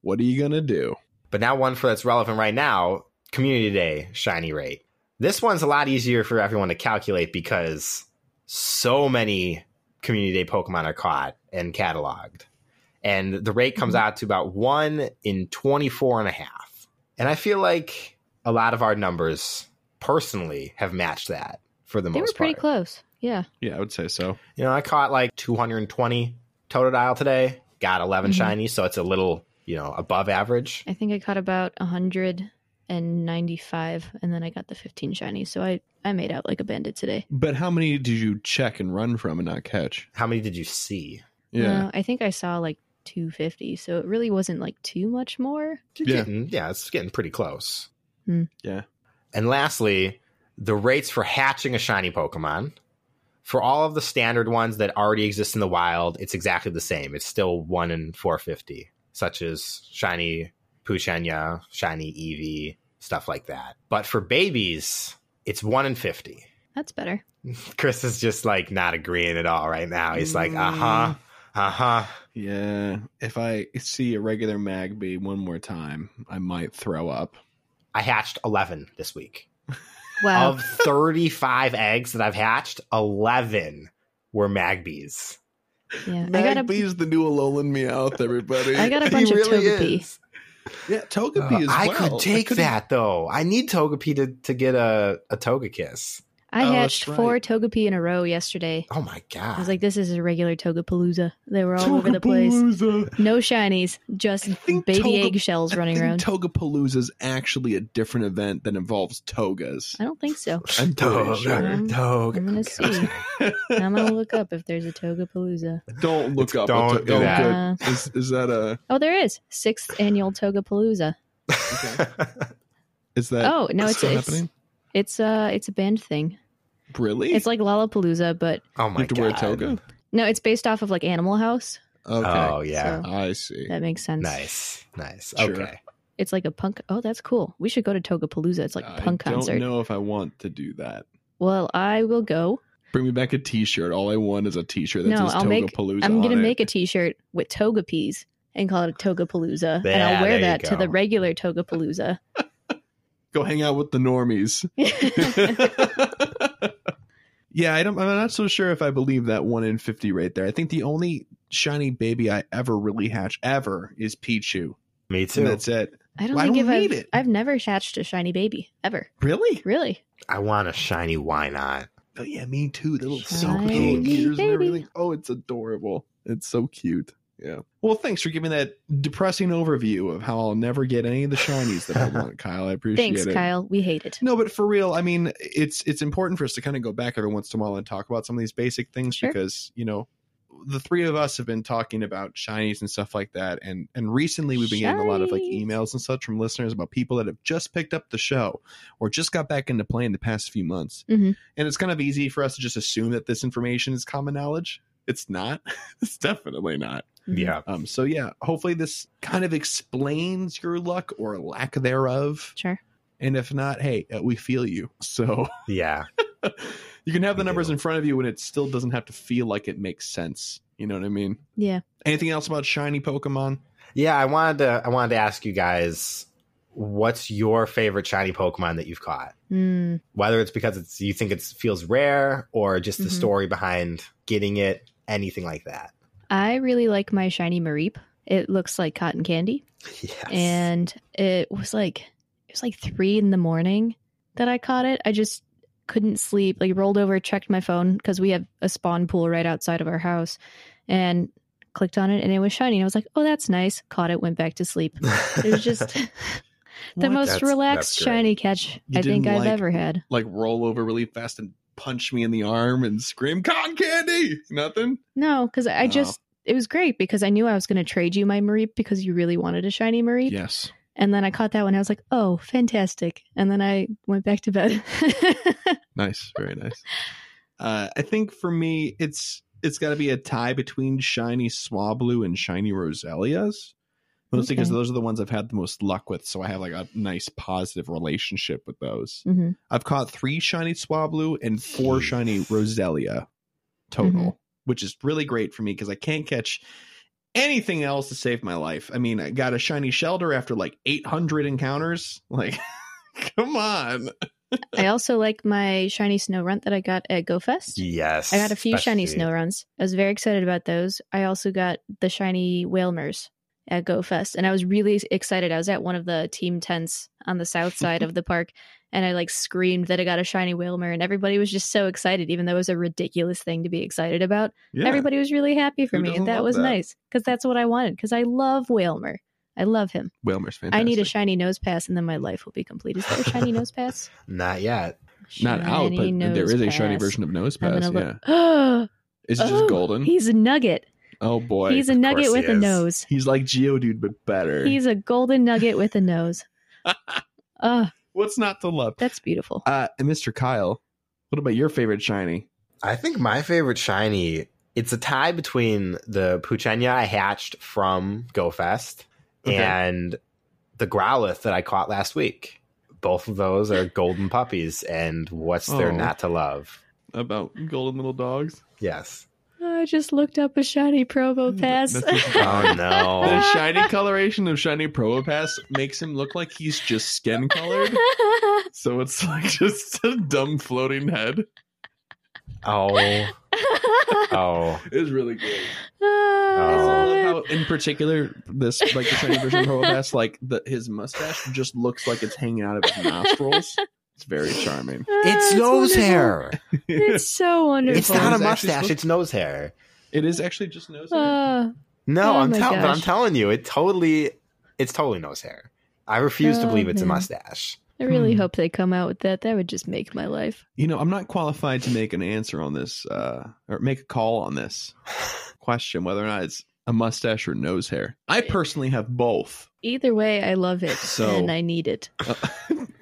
S1: what are you gonna do?
S3: but now one for that's relevant right now community day shiny rate this one's a lot easier for everyone to calculate because so many community day pokemon are caught and cataloged and the rate comes
S2: Mm-hmm.
S3: out to about one in 24 and a half and i feel like a lot of our numbers personally have matched that for the
S2: They were
S3: most
S2: pretty
S3: part
S2: close. Yeah.
S1: Yeah, I would say so.
S3: you know, I caught like 220 Totodile today, got 11
S2: Mhm.
S3: shiny, so it's a little, you know, above average.
S2: I think I caught about 195 and then I got the 15 shiny. So I, I made out like a bandit today.
S1: But how many did you check and run from and not catch?
S3: How many did you see?
S1: Yeah,
S2: Uh, I think I saw like 250. So it really wasn't like too much more.
S3: You're
S1: Yeah.
S3: Getting, Mm-hmm. yeah, it's getting pretty close.
S2: Hmm.
S1: Yeah.
S3: And lastly, the rates for hatching a shiny Pokemon. For all of the standard ones that already exist in the wild, it's exactly the same. It's still 1 in 450, such as shiny Puchenya, shiny Eevee, stuff like that. But for babies, it's 1 in 50.
S2: That's better.
S3: (laughs) Chris is just like not agreeing at all right now. He's like, uh huh,
S1: Mm.
S3: uh huh.
S1: yeah. If I see a regular Magby one more time, I might throw up.
S3: I hatched 11 this week.
S2: Wow.
S3: Of 35 eggs that I've hatched, 11 were Magbies.
S2: yeah. I got a,
S1: Magby's the new Alolan Meowth, everybody.
S2: I got a
S3: He
S2: bunch of
S3: really
S2: Togepi.
S3: is.
S1: (laughs) yeah,
S3: Uh,
S1: Togepi is.
S3: I
S1: well.
S3: could take
S1: couldn't-
S3: that though. I need Togepi to, to get a, a Togekiss.
S2: I
S1: Oh, that's
S2: hatched four
S1: right.
S2: Togepi in a row yesterday.
S3: Oh my God.
S2: I
S3: (laughs)
S2: was like, this is a regular Togepalooza. They were all over the place.
S1: Togapalooza.
S2: No shinies, just
S1: I think
S2: baby
S1: Toge-
S2: eggshells running
S1: I
S2: around.
S1: think Togapalooza is actually a different event that involves togas.
S2: I don't think so.
S1: I'm pretty
S3: Toga,
S1: sure.
S3: Toga.
S2: I'm gonna see. I'm going to look up if there's
S1: (laughs)
S2: a Togapalooza.
S1: Don't look up.
S3: Don't
S1: a
S3: do
S1: oh,
S3: that.
S1: good.
S2: Uh,
S1: Is, is that a?
S2: oh, there is. Sixth annual Togapalooza.
S1: Is that?
S2: Oh, no, it's
S1: still
S2: it's,
S1: happening.
S2: it's uh it's a band thing.
S1: Really?
S2: It's like Lollapalooza, but
S3: (laughs) oh
S1: you
S3: my
S1: have to
S3: God.
S1: wear a toga.
S2: no, it's based off of like Animal House.
S1: Okay,
S3: Oh, yeah.
S2: So
S1: I see.
S2: that makes sense.
S3: Nice. Nice.
S1: Sure.
S3: Okay.
S2: It's like a punk. Oh, that's cool. We should go to Togapalooza. It's like a punk
S1: I
S2: concert.
S1: don't know if I want to do that.
S2: Well, I will go.
S1: Bring me back a T-shirt. All I want is a T-shirt that
S2: No,
S1: says
S2: I'll make-
S1: Togapalooza.
S2: I'm gonna
S1: on
S2: make
S1: it.
S2: a T-shirt with Togepi's and call it a Togapalooza, and
S3: Yeah,
S2: I'll
S3: there
S2: wear
S3: you
S2: that to
S3: go.
S2: the regular Togapalooza. (laughs)
S1: Go hang out with the normies. (laughs) yeah, I don't. I'm not so sure if I believe that one in fifty rate there. I think the only shiny baby I ever really hatch ever is Pichu.
S3: Me
S1: And
S3: too.
S1: that's it.
S2: I don't
S1: Well, I
S2: think
S1: don't
S2: if
S1: need
S2: I've
S1: it.
S2: I've never hatched a shiny baby ever.
S1: Really?
S2: Really?
S3: I want a shiny. Why not?
S1: Oh yeah, me too. The little
S2: So
S1: stupid
S2: big.
S1: little ears and
S2: Baby. (laughs)
S1: everything. Oh, it's adorable. It's so cute. Yeah. Well, thanks for giving that depressing overview of how I'll never get any of the shinies
S2: (laughs)
S1: that I want, Kyle. I appreciate
S2: Thanks,
S1: it.
S2: Kyle. We hate it.
S1: No, but for real, I mean, it's it's important for us to kind of go back every once in a while and talk about some of these basic things
S2: Sure.
S1: because you know the three of us have been talking about shinies and stuff like that, and and recently we've been getting a lot of like
S2: Shinies.
S1: emails and such from listeners about people that have just picked up the show or just got back into playing the past few months,
S2: Mhm.
S1: and it's kind of easy for us to just assume that this information is common knowledge. It's not. (laughs) It's definitely not.
S3: Yeah.
S1: Um. So yeah, hopefully this kind of explains your luck or lack thereof.
S2: Sure.
S1: And if not, hey, uh, we feel you. So (laughs)
S3: Yeah.
S1: you can have the
S3: We
S1: numbers
S3: do.
S1: in front of you and it still doesn't have to feel like it makes sense. You know what I mean?
S2: Yeah.
S1: Anything else about shiny Pokemon?
S3: Yeah. I wanted to. I wanted to ask you guys, what's your favorite shiny Pokemon that you've caught?
S2: Mm.
S3: Whether it's because it's you think it feels rare, or just the
S2: Mhm.
S3: story behind getting it, anything like that.
S2: I really like my shiny Mareep. It looks like cotton candy,
S3: Yes.
S2: and it was like it was like three in the morning that I caught it. I just couldn't sleep. Like rolled over, checked my phone because we have a spawn pool right outside of our house, and clicked on it and it was shiny. I was like, oh, that's nice. Caught it, went back to sleep. It was
S3: (laughs)
S2: just (laughs) the
S1: What?
S2: most
S3: That's-
S2: relaxed
S3: that's great.
S2: shiny catch
S1: You
S2: I think
S1: didn't
S2: I've
S1: like-
S2: ever had.
S1: like roll over really fast and punch me in the arm and scream cotton candy. Nothing.
S2: No, because I
S1: Oh.
S2: just it was great because I knew I was going to trade you my Mareep because you really wanted a shiny Mareep.
S1: Yes.
S2: And then I caught that one. I was like, oh, fantastic. And then I went back to bed. (laughs)
S1: Nice. Very nice. Uh, I think for me, it's it's got to be a tie between shiny Swablu and shiny Roselias. Mostly because
S2: Okay.
S1: those are the ones I've had the most luck with, so I have like a nice positive relationship with those.
S3: Mm-hmm.
S2: Mhm.
S1: I've caught three shiny Swablu and four
S3: Jeez.
S1: shiny Roselia total,
S2: Mm-hmm.
S1: which is really great for me because I can't catch anything else to save my life. I mean, I got a shiny Shelter after like 800 encounters. (laughs) Like, come on.
S2: I also like my shiny snow runt that I got at GoFest.
S3: Yes.
S2: I got a few shiny
S3: especially-
S2: snow runs. I was very excited about those. I also got the shiny Whalmers at GoFest, and I was really excited. I was at one of the team tents on the
S1: (laughs)
S2: south side of the park, and I like screamed that I got a shiny Whalmer, and everybody was just so excited, even though it was a ridiculous thing to be excited about.
S1: Yeah.
S2: Everybody was really happy for
S1: Who
S2: me,
S1: doesn't
S2: and that
S1: love
S2: was
S1: that?
S2: nice because that's what I wanted. Because I love Whalmer. I love him.
S1: Whalmer's
S2: I need a
S1: fantastic.
S2: shiny nose pass, and then my life will be complete. Is there a shiny nose pass?
S3: Not yet.
S1: Not out,
S2: Shiny
S1: but there
S2: nose
S1: is a shiny
S2: (gasps) pass.
S1: version of Nose
S2: I'm
S1: Pass.
S2: gonna
S1: Yeah.
S2: look- Oh,
S1: Is it just golden?
S2: He's a nugget.
S1: oh, boy.
S2: He's
S1: He's,
S2: a
S3: of
S2: nugget
S3: course
S2: with
S3: he
S2: a
S3: is.
S2: nose.
S1: like Geodude, but better.
S2: He's a golden nugget with
S1: (laughs)
S2: a nose. Oh,
S1: What's not to love?
S2: that's beautiful.
S1: Uh, and Mr. Kyle, what about your favorite shiny?
S3: I think my favorite shiny. It's a tie between the Puchenya I hatched from GoFest
S1: Okay.
S3: and the Growlithe that I caught last week. Both of those (laughs) are golden puppies, and what's there
S1: Oh.
S3: not to love?
S1: About golden little dogs?
S3: Yes.
S2: I just looked up a shiny Provo pass. (laughs)
S1: That's-
S3: (laughs) Oh
S1: The
S3: no!
S1: shiny coloration of shiny Probopass makes him look like he's just skin colored. So it's like just a dumb floating head.
S3: Oh oh!
S1: It's really great. I just love
S2: Oh.
S1: how, in particular, this like the shiny version of Probopass, like the, his mustache just looks like it's hanging out of his nostrils. It's very
S2: (laughs)
S1: charming.
S3: (laughs) It's nose
S2: Ah, wonderful.
S3: hair.
S2: It's so wonderful.
S3: It's not a
S1: (laughs) It's actually
S3: mustache.
S1: supposed-
S3: It's nose hair.
S1: It is actually just nose. hair.
S2: Oh,
S3: No,
S2: Oh
S3: I'm
S2: my
S3: telling. But I'm
S2: gosh.
S3: telling you, it totally. It's totally nose hair. I refuse to
S2: Oh,
S3: believe it's a
S2: man.
S3: mustache.
S2: I really
S1: Hmm.
S2: hope they come out with that. That would just make my life.
S1: you know, I'm not qualified to make an answer on this uh, or make a call on this question whether or not it's a mustache or nose hair. I personally have both.
S2: Either way, I love it
S1: So-
S2: and I need it.
S1: Uh,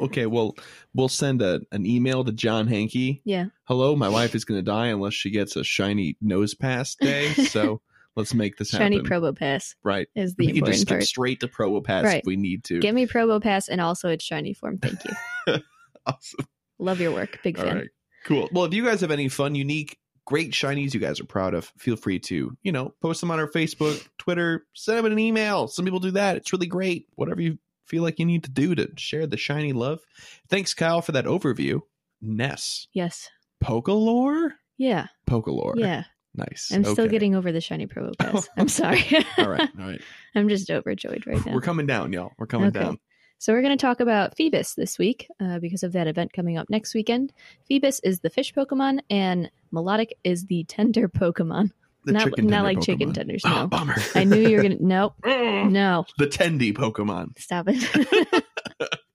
S1: okay, well, we'll send a, an email to John Hankey.
S2: Yeah.
S1: Hello, my wife is going to die unless she gets a shiny nose
S2: (laughs)
S1: pass day. So let's make this
S2: Shiny
S1: happen.
S2: Probo pass
S1: right.
S2: is the
S1: We can just
S2: important
S1: skip
S2: part.
S1: straight to Pro Pass
S2: Right.
S1: if we need to.
S2: Give me Probo pass and also its shiny form. Thank you.
S1: (laughs) awesome.
S2: Love your work. Big
S1: All
S2: fan.
S1: right. Cool. Well, if you guys have any fun, unique, great shinies you guys are proud of, feel free to, you know, post them on our Facebook, Twitter, send them an email. Some people do that. It's really great. Whatever you feel like you need to do to share the shiny love. Thanks, Kyle, for that overview. Ness.
S2: Yes.
S1: Pokalore?
S2: Yeah.
S1: Pokalore.
S2: Yeah.
S1: Nice.
S2: I'm still
S1: Okay.
S2: getting over the shiny Probo
S1: (laughs)
S2: pass. I'm sorry.
S1: All right. All right.
S2: (laughs) I'm just overjoyed right now.
S1: We're coming down, y'all. We're coming
S2: Okay.
S1: down.
S2: So we're going to talk about Phoebus this week uh, because of that event coming up next weekend. Phoebus is the fish Pokemon, and Melodic is the tender Pokemon.
S1: The
S2: not
S1: chicken
S2: not
S1: tender
S2: like chicken
S1: Pokemon.
S2: tenders.
S1: (laughs) Ah,
S2: No,
S1: bummer.
S2: I knew you
S1: (laughs)
S2: were going to. Nope.
S3: Mm-hmm.
S1: Mm.
S2: No.
S1: the tendy Pokemon.
S2: Stop it.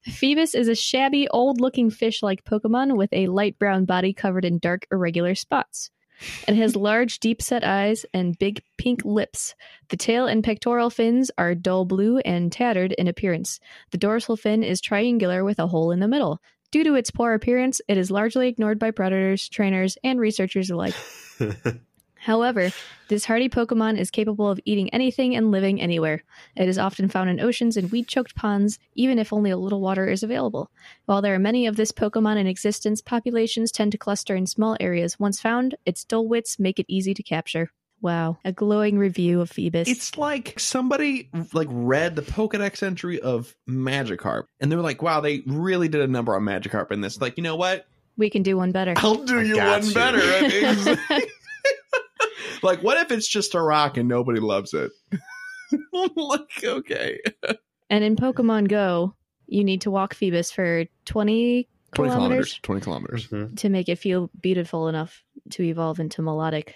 S2: Phoebus is a shabby, old looking fish like Pokemon with a light brown body covered in dark, irregular spots. It has large, deep set eyes and big pink lips. The tail and pectoral fins are dull blue and tattered in appearance. The dorsal fin is triangular with a hole in the middle. Due to its poor appearance, it is largely ignored by predators, trainers, and researchers alike. However, this hardy Pokemon is capable of eating anything and living anywhere. It is often found in oceans and weed choked ponds, even if only a little water is available. While there are many of this Pokemon in existence, populations tend to cluster in small areas. Once found, its dull wits make it easy to capture. Wow. A glowing review of Phoebus.
S1: It's like somebody like read the Pokedex entry of Magikarp, and they were like, "Wow, they really did a number on Magikarp in this." Like, you know what?
S2: we can do one better.
S1: I'll do
S3: I
S1: you
S3: got
S1: one
S3: you. (laughs)
S1: better. I
S2: (laughs)
S1: mean, like, what if it's just a rock and nobody loves it? (laughs) like, okay,
S2: And in Pokemon Go, you need to walk Phoebus for 20
S1: twenty
S2: kilometers
S1: kilometers. Twenty kilometers.
S3: Mhm.
S2: to make it feel beautiful enough to evolve into melodic.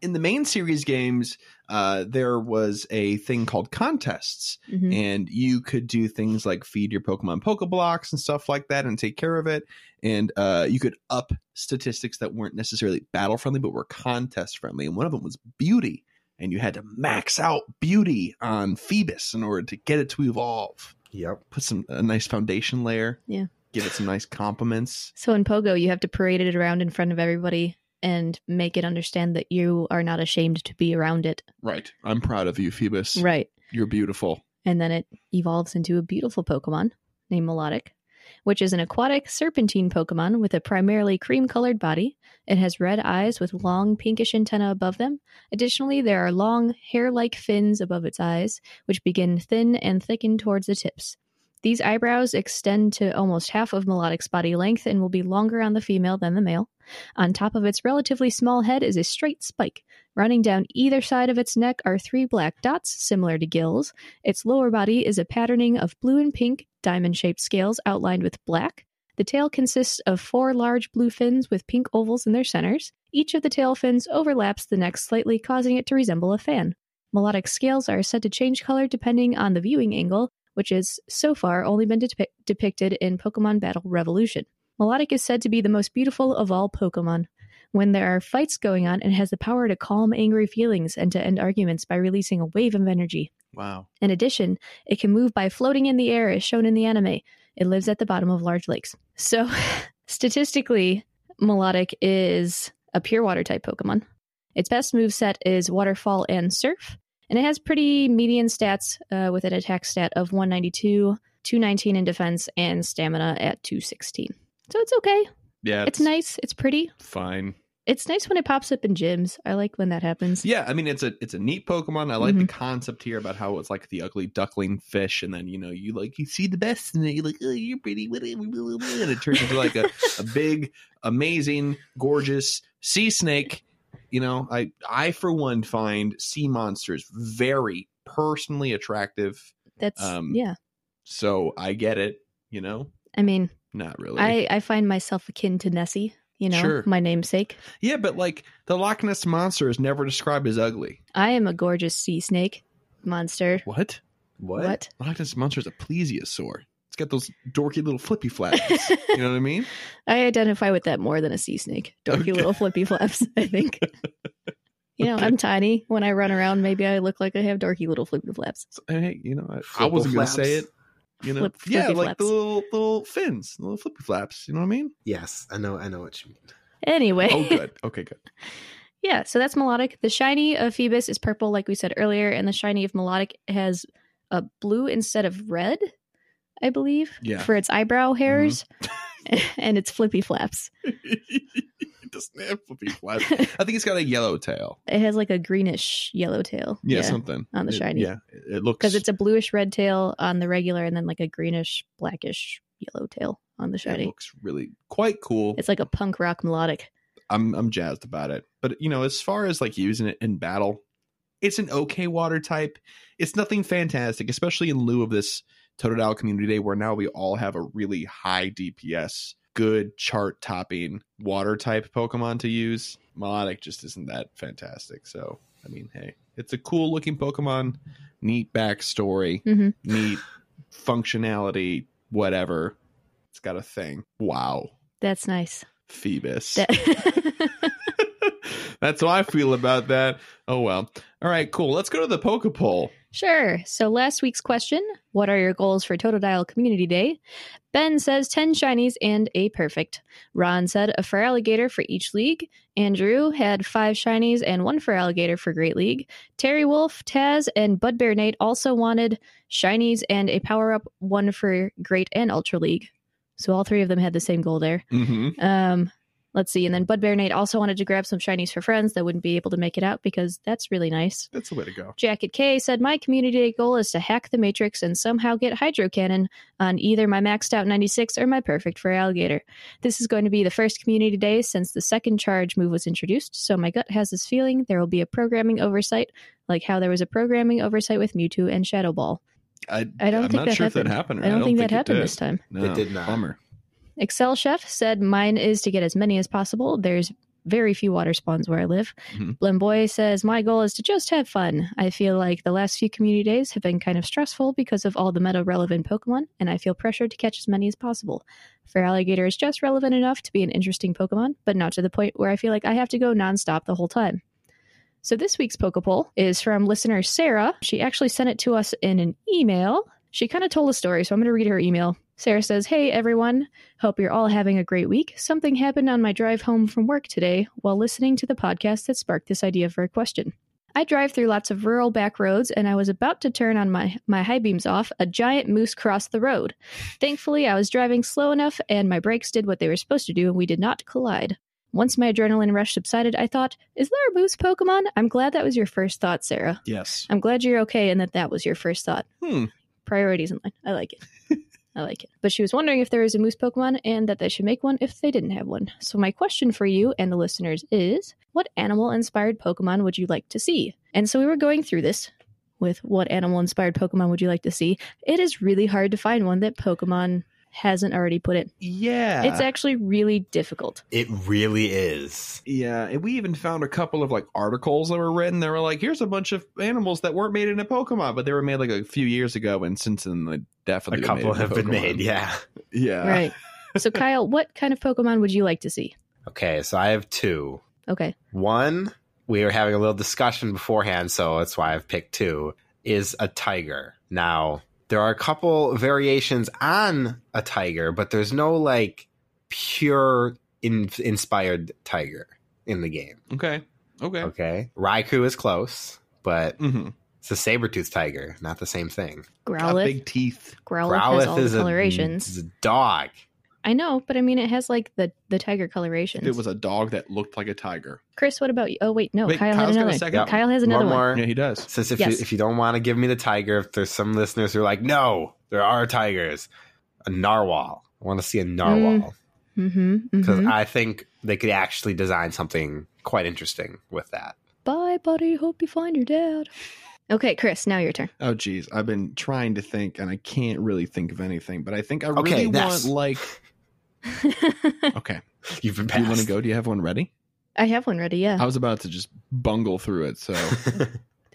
S1: in the main series games, uh, there was a thing called contests,
S2: Mhm.
S1: and you could do things like feed your Pokemon Pokeblocks and stuff like that, and take care of it. And uh, you could up statistics that weren't necessarily battle friendly, but were contest friendly. And one of them was beauty, and you had to max out beauty on Phoebus in order to get it to evolve.
S3: Yep.
S1: Put some a nice foundation layer.
S2: Yeah.
S1: Give it some nice compliments.
S2: So in Pogo, you have to parade it around in front of everybody and make it understand that you are not ashamed to be around it.
S1: Right. I'm proud of you, Phoebus.
S2: Right.
S1: You're beautiful.
S2: And then it evolves into a beautiful Pokemon named Melodic, which is an aquatic serpentine Pokemon with a primarily cream colored body. It has red eyes with long pinkish antennae above them. Additionally, there are long hair like fins above its eyes, which begin thin and thicken towards the tips. These eyebrows extend to almost half of Melodic's body length and will be longer on the female than the male. On top of its relatively small head is a straight spike. Running down either side of its neck are three black dots, similar to gills. Its lower body is a patterning of blue and pink diamond shaped scales outlined with black. The tail consists of four large blue fins with pink ovals in their centers. Each of the tail fins overlaps the next slightly, causing it to resemble a fan. Melodic scales are said to change color depending on the viewing angle, which has so far only been depi- depicted in Pokemon Battle Revolution. Melodic is said to be the most beautiful of all Pokemon. When there are fights going on, it has the power to calm angry feelings and to end arguments by releasing a wave of energy.
S1: Wow.
S2: In addition, it can move by floating in the air as shown in the anime. It lives at the bottom of large lakes. So, (laughs) statistically, Melodic is a pure water type Pokemon. Its best move set is Waterfall and Surf, and it has pretty median stats uh, with an attack stat of 192, 219 in defense, and stamina at 216. So it's okay.
S1: Yeah.
S2: It's nice. It's pretty.
S1: Fine.
S2: It's nice when it pops up in gyms. I like when that happens.
S1: Yeah, I mean it's a it's a neat Pokemon. I like the concept here about how it's like the ugly duckling fish, and then you know you like you see the best in it. You're like, oh, you're pretty, whatever, blah, blah, blah," and it turns into like a, a big, amazing, gorgeous sea snake. You know, I I for one find sea monsters very personally attractive,
S2: That's,
S1: Um,
S2: yeah.
S1: so I get it. You know,
S2: I mean,
S1: not really.
S2: I, I find myself akin to Nessie, you know,
S1: Sure.
S2: my namesake.
S1: yeah, but like the Loch Ness monster is never described as ugly.
S2: I am a gorgeous sea snake monster.
S1: What?
S3: What?
S1: Loch Ness monster is a plesiosaur. It's got those dorky little flippy
S2: (laughs)
S1: flaps. you know what I mean?
S2: I identify with that more than a sea snake. Dorky
S1: Okay.
S2: little flippy flaps,
S1: (laughs)
S2: I think. you know, I'm tiny. When I run around, maybe I look like I have dorky little flippy flaps.
S1: So, hey, you know, I, I
S3: Flipple
S1: wasn't going to
S3: flaps?
S1: say it. You know,
S2: Flip,
S1: yeah,
S2: flippy
S1: like
S2: flaps.
S1: the little little fins, the little flippy flaps. You know what I mean?
S3: Yes, I know. I know what you mean.
S2: Anyway. (laughs)
S1: Oh, good. Okay, good. (laughs)
S2: Yeah, so that's melodic. The shiny of Phoebus is purple, like we said earlier, and the shiny of melodic has a blue instead of red, I believe,
S1: Yeah. Mm-hmm.
S2: for its
S1: (laughs)
S2: eyebrow hairs (laughs) and its flippy flaps.
S1: it doesn't have flippy flaps. I think it's got a yellow tail.
S2: It has like a greenish yellow tail.
S1: Yeah, something
S2: on the
S1: It-
S2: shiny.
S1: yeah, it- it looks
S2: because it's a bluish red tail on the regular, and then like a greenish blackish yellow tail on the
S1: It
S2: shiny.
S1: looks really quite cool.
S2: It's like a punk rock melodic.
S1: I'm I'm jazzed about it. But you know, as far as like using it in battle, it's an okay water type. It's nothing fantastic, especially in lieu of this Totodile Community Day, where now we all have a really high DPS, good chart topping water type Pokemon to use. Melodic just isn't that fantastic. So I mean, hey, it's a cool looking Pokemon, neat
S2: (laughs)
S1: backstory,
S2: Mhm.
S1: neat functionality, whatever. It's got a thing. Wow.
S2: That's nice.
S1: Phoebus.
S2: That- (laughs)
S1: (laughs) That's how I feel about that. Oh well. All right, cool. Let's go to the poke poll.
S2: sure. So last week's question: What are your goals for Totodile Community Day? Ben says ten shinies and a perfect. Ron said a fair alligator for each league. Andrew had five shinies and one fair alligator for Great League. Terry Wolf, Taz, and Budbear Nate also wanted shinies and a power up, one for Great and Ultra League. So all three of them had the same goal there.
S1: Mm-hmm.
S2: Um, let's see. And then Bud Bear Nate also wanted to grab some shinies for friends that wouldn't be able to make it out because that's really nice.
S1: That's the way to go.
S2: Jacket K said, My community day goal is to hack the Matrix and somehow get Hydro Cannon on either my maxed out 96 or my perfect for Alligator. This is going to be the first community day since the second charge move was introduced, so my gut has this feeling there will be a programming oversight, like how there was a programming oversight with Mewtwo and Shadow Ball.
S1: I,
S2: I don't
S1: I'm
S2: think
S1: not
S2: that
S1: sure if
S2: happened.
S1: that happened. Or
S2: I don't, think, that
S1: it
S2: happened
S1: did.
S2: this time.
S1: No.
S3: It did not.
S1: Bummer.
S2: Excel Chef said, Mine is to get as many as possible. There's very few water spawns where I live.
S1: Mhm.
S2: Blemboy says, My goal is to just have fun. I feel like the last few community days have been kind of stressful because of all the meta relevant Pokemon, and I feel pressured to catch as many as possible. Fair Alligator is just relevant enough to be an interesting Pokemon, but not to the point where I feel like I have to go nonstop the whole time. So this week's poke poll is from listener Sarah. She actually sent it to us in an email. She kind of told a story, so I'm going to read her email. Sarah says, Hey everyone, hope you're all having a great week. Something happened on my drive home from work today while listening to the podcast that sparked this idea for a question. I drive through lots of rural back roads and I was about to turn on my, my high beams off. A giant moose crossed the road. Thankfully, I was driving slow enough and my brakes did what they were supposed to do and we did not collide. Once my adrenaline rush subsided, I thought, Is there a moose Pokemon? I'm glad that was your first thought, Sarah.
S1: Yes.
S2: I'm glad you're okay and that that was your first thought
S1: Hmm.
S2: priorities in line. I like it. I like it. But she was wondering if there is a moose Pokemon and that they should make one if they didn't have one. So my question for you and the listeners is what animal inspired Pokemon would you like to see? And so we were going through this with what animal inspired Pokemon would you like to see? It is really hard to find one that Pokemon hasn't already put in.
S1: Yeah.
S2: It's actually really difficult.
S3: It really is.
S1: Yeah, and we even found a couple of like articles that were written that were like, here's a bunch of animals that weren't made in a Pokemon, but they were made like a few years ago, and since then they
S3: A
S1: definitely were
S3: couple
S1: made in
S3: have been
S1: Pokemon.
S3: made, yeah.
S1: yeah,
S2: Right. so Kyle, what kind of Pokemon would you like to see?
S3: Okay, so I have two.
S2: Okay.
S3: One, we were having a little discussion beforehand, so that's why I've picked two, is a tiger. Now, there are a couple variations on a tiger, but there's no like pure in- inspired tiger in the game.
S1: Okay, okay,
S3: Okay. Raikou is close, but
S1: Mm-hmm.
S3: it's a saber toothed tiger, not the same thing.
S2: Growlith.
S1: big teeth.
S2: Growlith, has all
S3: is
S2: the
S3: a-
S2: colorations.
S3: is a dog.
S2: I know, but I mean it has like the the tiger colorations.
S1: If it was a dog that looked like a tiger,
S2: Chris, what about you? Oh wait, no,
S1: Wait,
S2: Kyle
S1: Kyle's
S2: had
S1: got a
S2: another.
S1: second?
S2: one. Kyle has another
S3: One
S2: one.
S3: more.
S1: yeah, he does.
S3: Since if
S2: Yes.
S3: you if you don't want to give me the tiger, if there's some listeners who are like, no, there are tigers, a narwhal. I want to see a narwhal
S2: Mm-hmm,
S3: because I think they could actually design something quite interesting with that. (laughs)
S2: Bye, buddy. Hope you find your dad. Okay, Chris, now your turn. (laughs)
S1: Oh, geez, I've been trying to think, and I can't really think of anything. But I think I
S3: Okay,
S1: really want
S3: that's-
S1: like. Okay,
S3: You've been
S1: do you want
S3: passed.
S1: to go? Do you have one ready?
S2: I have one ready. Yeah.
S1: I was about to just bungle through it,
S3: (laughs)
S1: so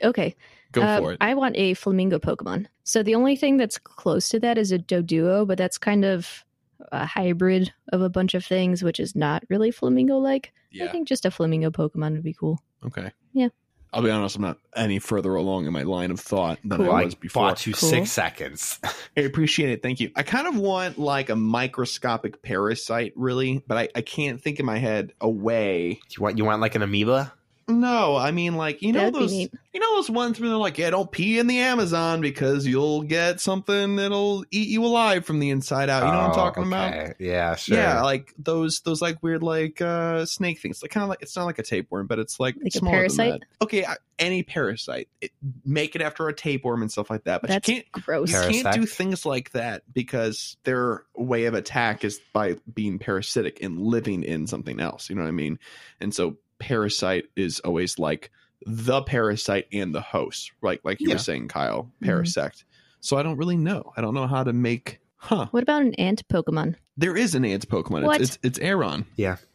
S2: Okay.
S1: go
S2: Uh,
S1: for it.
S2: I want a flamingo Pokemon. So the only thing that's close to that is a Doduo, but that's kind of a hybrid of a bunch of things, which is not really flamingo like. I
S1: yeah.
S2: think just a flamingo Pokemon would be cool.
S1: Okay.
S2: Yeah.
S1: I'll be honest, I'm not any further along in my line of thought than
S2: Cool.
S1: I
S3: I
S1: was before.
S3: bought you
S2: Cool.
S3: six seconds.
S1: I appreciate it. Thank you. I kind of want like a microscopic parasite, really, but I, I can't think in my head a way.
S3: you want you want like an amoeba?
S1: No, I mean like you know
S2: That'd be
S1: those
S2: neat.
S1: you know those ones where they're like, yeah, don't pee in the Amazon because you'll get something that'll eat you alive from the inside out. You know what I'm
S3: Oh,
S1: talking about?
S3: okay. Yeah, sure.
S1: Yeah, like those those like weird like uh snake things. Like kind of like it's not like a tapeworm, but it's like,
S2: Like a
S1: smaller
S2: parasite?
S1: than that. Okay, I, any parasite, it, make it after a tapeworm and stuff like that. But
S2: That's
S1: you can't
S2: gross.
S1: you can't
S3: Parasect.
S1: do things like that because their way of attack is by being parasitic and living in something else. You know what I mean? And so parasite is always like the parasite and the host, right? Like you
S3: Yeah.
S1: were saying, Kyle,
S2: Mhm.
S1: parasect. So I don't really know. I don't know how to make. Huh?
S2: What about an ant Pokemon?
S1: There is an ants Pokemon.
S2: What?
S1: It's, it's it's Aeron.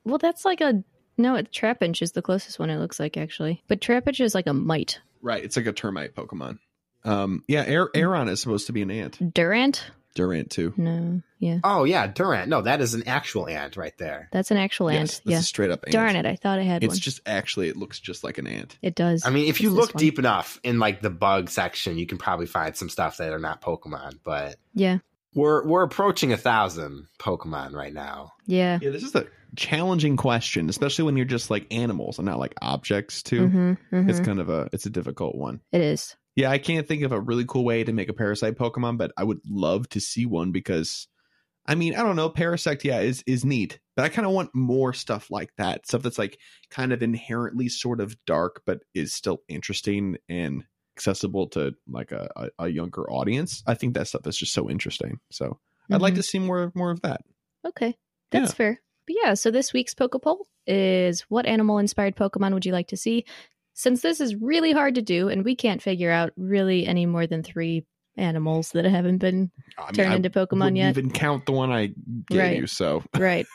S2: Well, that's like a no. It, Trapinch is the closest one. It looks like actually, but Trapinch is like a mite.
S1: Right. It's like a termite Pokemon. Um. Yeah.
S2: Mm.
S1: Aer- Aeron is supposed to be an ant.
S2: Durant?
S1: Durant too.
S2: No, yeah,
S3: Oh yeah, Durant. No, that is an actual ant right there.
S2: that's an actual
S1: Yes,
S2: ant.
S1: this
S2: Yeah,
S1: is straight up ant.
S2: darn it, I thought I had
S1: It's
S2: one.
S1: just actually it looks just like an ant.
S2: it does.
S3: I mean, if you
S2: It's
S3: look
S2: this one.
S3: deep enough in like the bug section, you can probably find some stuff that are not Pokemon. But
S2: yeah,
S3: we're we're approaching a thousand Pokemon right now.
S2: yeah.
S1: Yeah, this is a challenging question, especially when you're just like animals and not like objects too.
S2: Mm-hmm,
S1: It's kind of a it's a difficult one.
S2: It is.
S1: Yeah, I can't think of a really cool way to make a parasite Pokemon, but I would love to see one because I mean, I don't know, Parasect, yeah, is is neat. But I kind of want more stuff like that. Stuff that's like kind of inherently sort of dark, but is still interesting and accessible to like a, a, a younger audience. I think that stuff is just so interesting. So I'd like
S2: Mhm.
S1: to see more more of that.
S2: Mm-hmm. Okay, that's
S1: Yeah.
S2: fair. But yeah, so this week's Poke Poll is what animal inspired Pokemon would you like to see? Since this is really hard to do, and we can't figure out really any more than three animals that haven't been
S1: I
S2: turned
S1: I
S2: into Pokemon
S1: wouldn't
S2: yet,
S1: even count the one I gave
S2: Right.
S1: you. So
S2: right?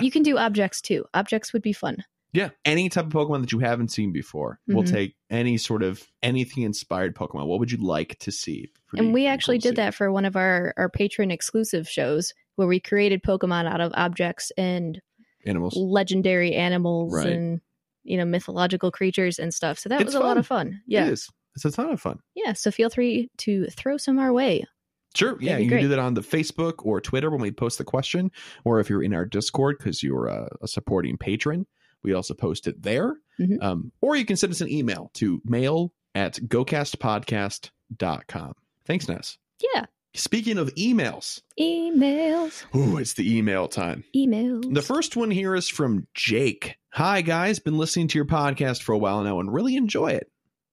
S2: You can do objects too. Objects would be fun.
S1: Yeah, any type of Pokemon that you haven't seen before. We'll
S2: Mhm.
S1: take any sort of anything inspired Pokemon. What would you like to see? Pretty-
S2: and we
S1: pretty
S2: actually
S1: cool to
S2: did that for one of our our patron exclusive shows where we created Pokemon out of objects and
S1: see. Animals.
S2: legendary animals
S1: Right.
S2: and you know mythological creatures and stuff. So that
S1: It's
S2: was a lot of fun. Yeah,
S1: It is. It's a ton of fun.
S2: yeah. So feel free to throw some our way.
S1: Sure. Yeah,
S2: be
S1: you can do
S2: great.
S1: that on the Facebook or Twitter when we post the question, or if you're in our Discord because you're a, a supporting patron, we also post it there.
S2: Mhm.
S1: Um, or you can send us an email to mail at gocastpodcast.com. Thanks, Ness.
S2: Yeah,
S1: Speaking of emails,
S2: emails,
S1: ooh, it's the email time.
S2: emails.
S1: The first one here is from Jake. Hi guys, been listening to your podcast for a while now and really enjoy it.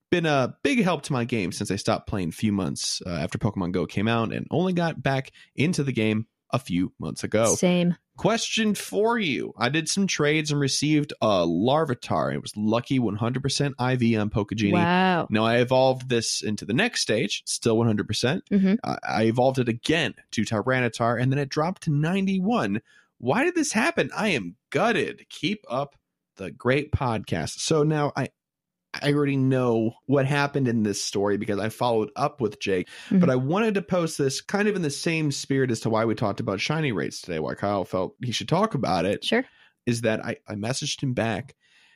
S1: Been a big help to my game since I stopped playing a few months uh, after Pokemon Go came out and only got back into the game a few months ago.
S2: Same.
S1: Question for you. I did some trades and received a Larvitar. It was lucky 100% IV on Pokegenie.
S2: Wow.
S1: Now I evolved this into the next stage, it's still 100%. percent
S2: Mhm.
S1: I, I evolved it again to Tyranitar, and then it dropped to 91. Why did this happen? I am gutted. Keep up the great podcast. So now I. I already know what happened in this story because I followed up with Jake, but
S2: Mhm.
S1: I wanted to post this kind of in the same spirit as to why we talked about shiny rates today, why Kyle felt he should talk about it
S2: Sure.
S1: is that I, I messaged him back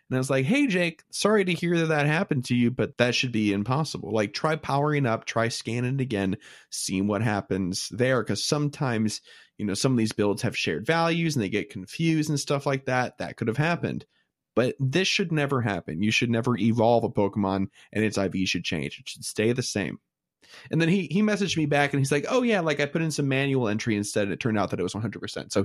S1: and I was like, hey, Jake, sorry to hear that that happened to you, but that should be impossible. Like, try powering up, try scanning it again, seeing what happens there. Cause sometimes, you know, some of these builds have shared values and they get confused and stuff like that. That could have happened. But this should never happen. You should never evolve a Pokemon and its IV should change. It should stay the same. And then he he messaged me back and he's like, "Oh yeah, like I put in some manual entry instead and it turned out that it was 100%." So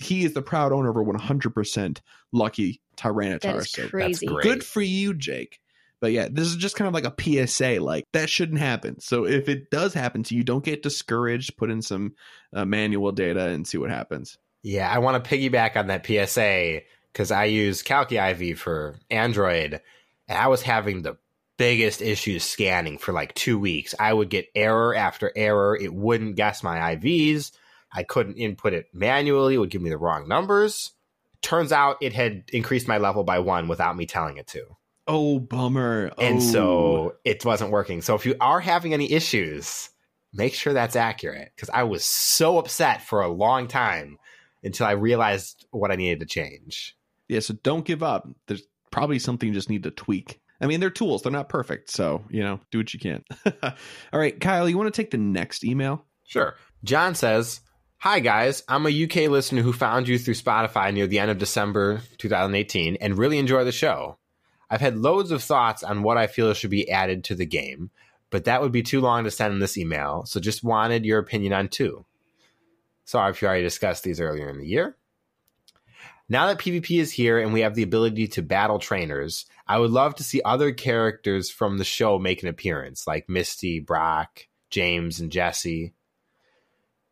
S1: he is the proud owner of a 100% lucky Tyranitar.
S2: That is
S1: so
S2: crazy.
S3: great.
S1: good for you, Jake. But yeah, this is just kind of like a PSA. Like that shouldn't happen. So if it does happen to you, don't get discouraged. Put in some uh, manual data and see what happens.
S3: Yeah, I want to piggyback on that PSA because I use Calci IV for Android, and I was having the biggest issues scanning for like two weeks. I would get error after error. It wouldn't guess my IVs. I couldn't input it manually. It would give me the wrong numbers. Turns out it had increased my level by one without me telling it to.
S1: Oh bummer.
S3: And
S1: Oh.
S3: so it wasn't working. So if you are having any issues, make sure that's accurate because I was so upset for a long time until I realized what I needed to change.
S1: yeah, so don't give up. There's probably something you just need to tweak. I mean, they're tools. They're not perfect. So, you know, do what you can. (laughs) All right, Kyle, you want to take the next email?
S3: Sure. John says, Hi guys, I'm a UK listener who found you through Spotify near the end of December 2018 and really enjoy the show. I've had loads of thoughts on what I feel should be added to the game, but that would be too long to send in this email, so just wanted your opinion on two. Sorry if you already discussed these earlier in the year. Now that PvP is here and we have the ability to battle trainers, I would love to see other characters from the show make an appearance, like Misty, Brock, James, and Jesse.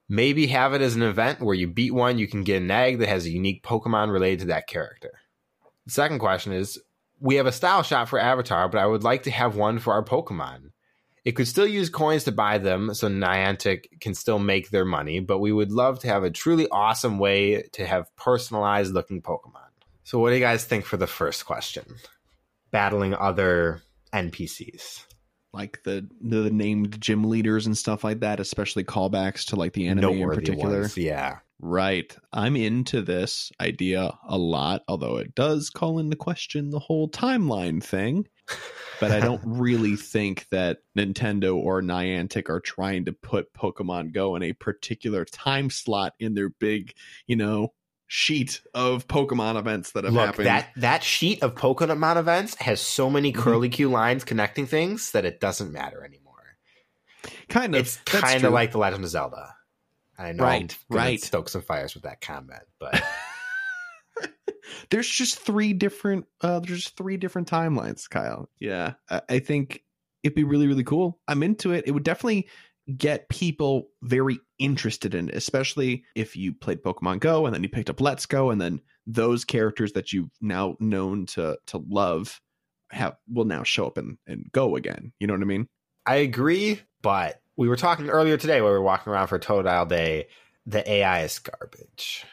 S3: Maybe have it as an event where you beat one, you can get an egg that has a unique Pokemon related to that character. The second question is We have a style shot for Avatar, but I would like to have one for our Pokemon. It could still use coins to buy them, so Niantic can still make their money, but we would love to have a truly awesome way to have personalized looking Pokemon. So, what do you guys think for the first question? Battling other NPCs.
S1: Like the the named gym leaders and stuff like that, especially callbacks to like the anime in
S3: Noteworthy
S1: particular.
S3: ones, Yeah.
S1: Right. I'm into this idea a lot, although it does call into question the whole timeline thing. But I
S3: (laughs)
S1: don't really think that Nintendo or Niantic are trying to put Pokemon Go in a particular time slot in their big, you know, sheet of Pokemon events that have
S3: Look,
S1: happened.
S3: that that sheet of Pokemon events has so many
S1: Mm-hmm.
S3: curly Q lines connecting things that it doesn't matter anymore.
S1: kind of
S3: it's
S1: that's
S3: kind
S1: true.
S3: of like the Legend of Zelda. I know,
S1: Right,
S3: I'm gonna
S1: right.
S3: Stoke some fires with that comment, but
S1: there's just three different uh there's just three different timelines kyle yeah I, I think it'd be really really cool i'm into it it would definitely get people very interested in it especially if you played pokemon go and then you picked up let's go and then those characters that you've now known to to love have will now show up and and go again you know what i mean
S3: I agree. But we were talking earlier today where we were walking around for Toad Isle Day. The AI is garbage.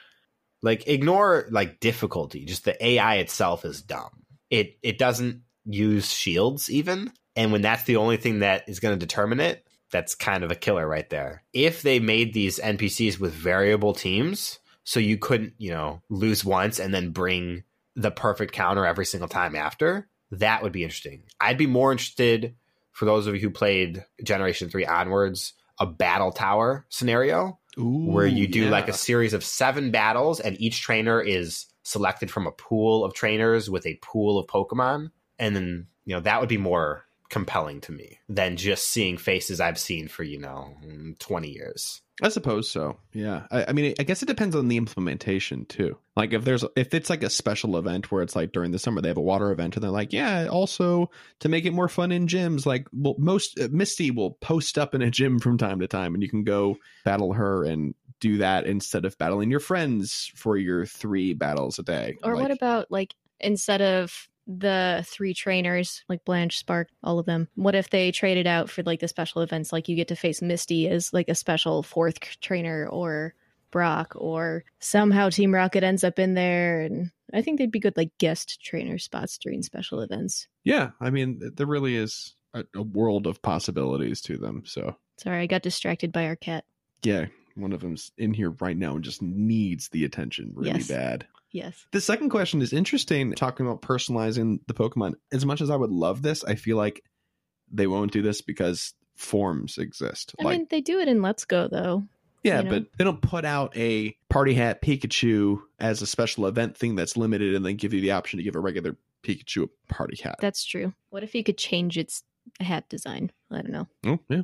S3: Like ignore like difficulty. Just the AI itself is dumb. It it doesn't use shields even. And when that's the only thing that is going to determine it, that's kind of a killer right there. If they made these NPCs with variable teams, so you couldn't, you know, lose once and then bring the perfect counter every single time after, that would be interesting. I'd be more interested for those of you who played Generation 3 onwards, a battle tower scenario
S1: Ooh,
S3: where you do
S1: yeah.
S3: like a series of seven battles and each trainer is selected from a pool of trainers with a pool of Pokemon. And then, you know, that would be more compelling to me than just seeing faces I've seen for, you know, 20 years.
S1: I suppose so. Yeah. I, I mean, I guess it depends on the implementation too. Like if there's if it's like a special event where it's like during the summer they have a water event and they're like, yeah, also to make it more fun in gyms, like well, most uh, Misty will post up in a gym from time to time, and you can go battle her and do that instead of battling your friends for your three battles a day.
S2: Or
S1: Like,
S2: what about like instead of the three trainers, like Blanche, Spark, all of them, what if they traded out for like the special events? Like you get to face Misty as like a special fourth c- trainer or Brock, or somehow Team Rocket ends up in there. And I think they'd be good like guest trainer spots during special events.
S1: Yeah, I mean, th- there really is a, a world of possibilities to them. So
S2: Sorry, I got distracted by our cat.
S1: yeah, one of them's in here right now and just needs the attention really
S2: Yes.
S1: bad.
S2: Yes.
S1: The second question is interesting talking about personalizing the Pokemon. As much as I would love this, I feel like they won't do this because forms exist.
S2: I
S1: like
S2: mean, they do it in Let's Go though.
S1: yeah,
S2: you know.
S1: but they don't put out a party hat Pikachu as a special event thing that's limited and then give you the option to give a regular Pikachu a party hat.
S2: That's true. What if you could change its hat design? I don't know.
S1: oh, yeah.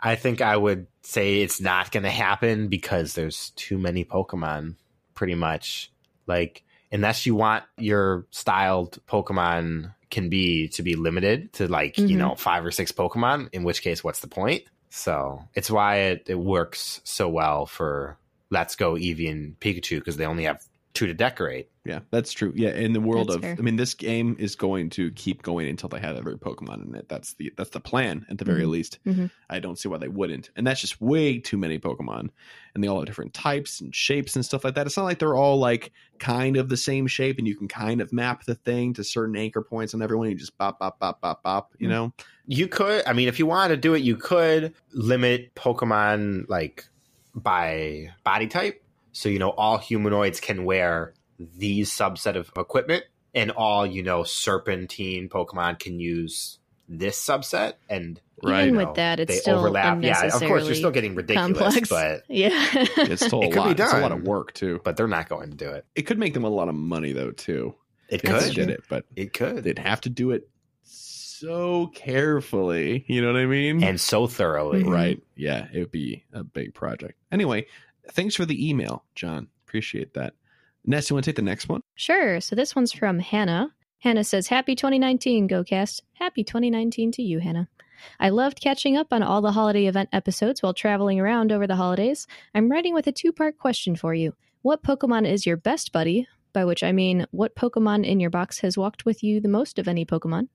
S3: I think I would say it's not going to happen because there's too many Pokemon, pretty much. Like, unless you want your styled Pokemon can be to be limited to like, you
S2: Mhm.
S3: know, five or six Pokemon, in which case, what's the point? So it's why it, it works so well for Let's Go Eevee and Pikachu because they only have two to decorate.
S1: Yeah, that's true. Yeah, in the world
S2: That's
S1: of
S2: fair.
S1: I mean this game is going to keep going until they have every Pokemon in it. That's the that's the plan at the very
S2: Mhm.
S1: least.
S2: Mhm.
S1: I don't see why they wouldn't. And that's just way too many Pokemon. And they all have different types and shapes and stuff like that. It's not like they're all like kind of the same shape and you can kind of map the thing to certain anchor points on everyone. You just bop bop bop bop bop, you
S2: Mhm.
S1: know?
S3: You could, I mean, if you wanted to do it, you could limit Pokemon like by body type. So, you know, all humanoids can wear these subset of equipment, and all, you know, serpentine Pokemon can use this subset. And
S1: Right.
S2: Even
S3: you
S2: with
S3: know,
S2: that, it's
S3: they
S2: still
S3: overlap. Yeah, of course, you're still
S2: unnecessarily
S3: getting ridiculous,
S2: complex.
S3: but
S2: Yeah.
S1: It's still a
S3: It could be
S1: lot. It's a lot of
S3: done.
S1: work too.
S3: but they're not going to do it.
S1: It could make them a lot of money though too.
S3: It
S1: if they
S2: That's
S3: could.
S1: did
S2: true.
S1: it, but
S3: It could.
S1: they'd have to do it so carefully. You know what I mean?
S3: and so thoroughly.
S2: Mhm.
S1: Right. Yeah, it would be a big project. Anyway, thanks for the email, John. Appreciate that. Ness, you want to take the next one?
S2: (laughs) Sure. So this one's from Hannah. Hannah says, Happy 2019, GoCast. Happy 2019 to you, Hannah. I loved catching up on all the holiday event episodes while traveling around over the holidays. I'm writing with a two part question for you. What Pokemon is your best buddy? By which I mean, what Pokemon in your box has walked with you the most of any Pokemon?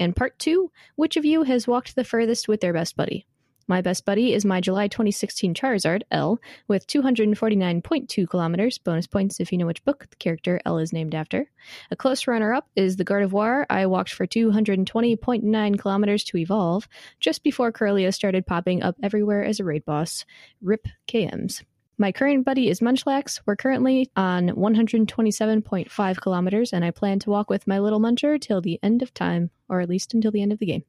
S2: And part two, which of you has walked the furthest with their best buddy? My best buddy is my July 2016 Charizard, L, with 249.2 kilometers, bonus points if you know which book the character L is named after. A close runner up is the Gardevoir. I walked for 220.9 kilometers to evolve just before Corellia started popping up everywhere as a raid boss. RIP KMs. My current buddy is Munchlax. We're currently on 127.5 kilometers, and I plan to walk with my little muncher till the end of time, or at least until the end of the game.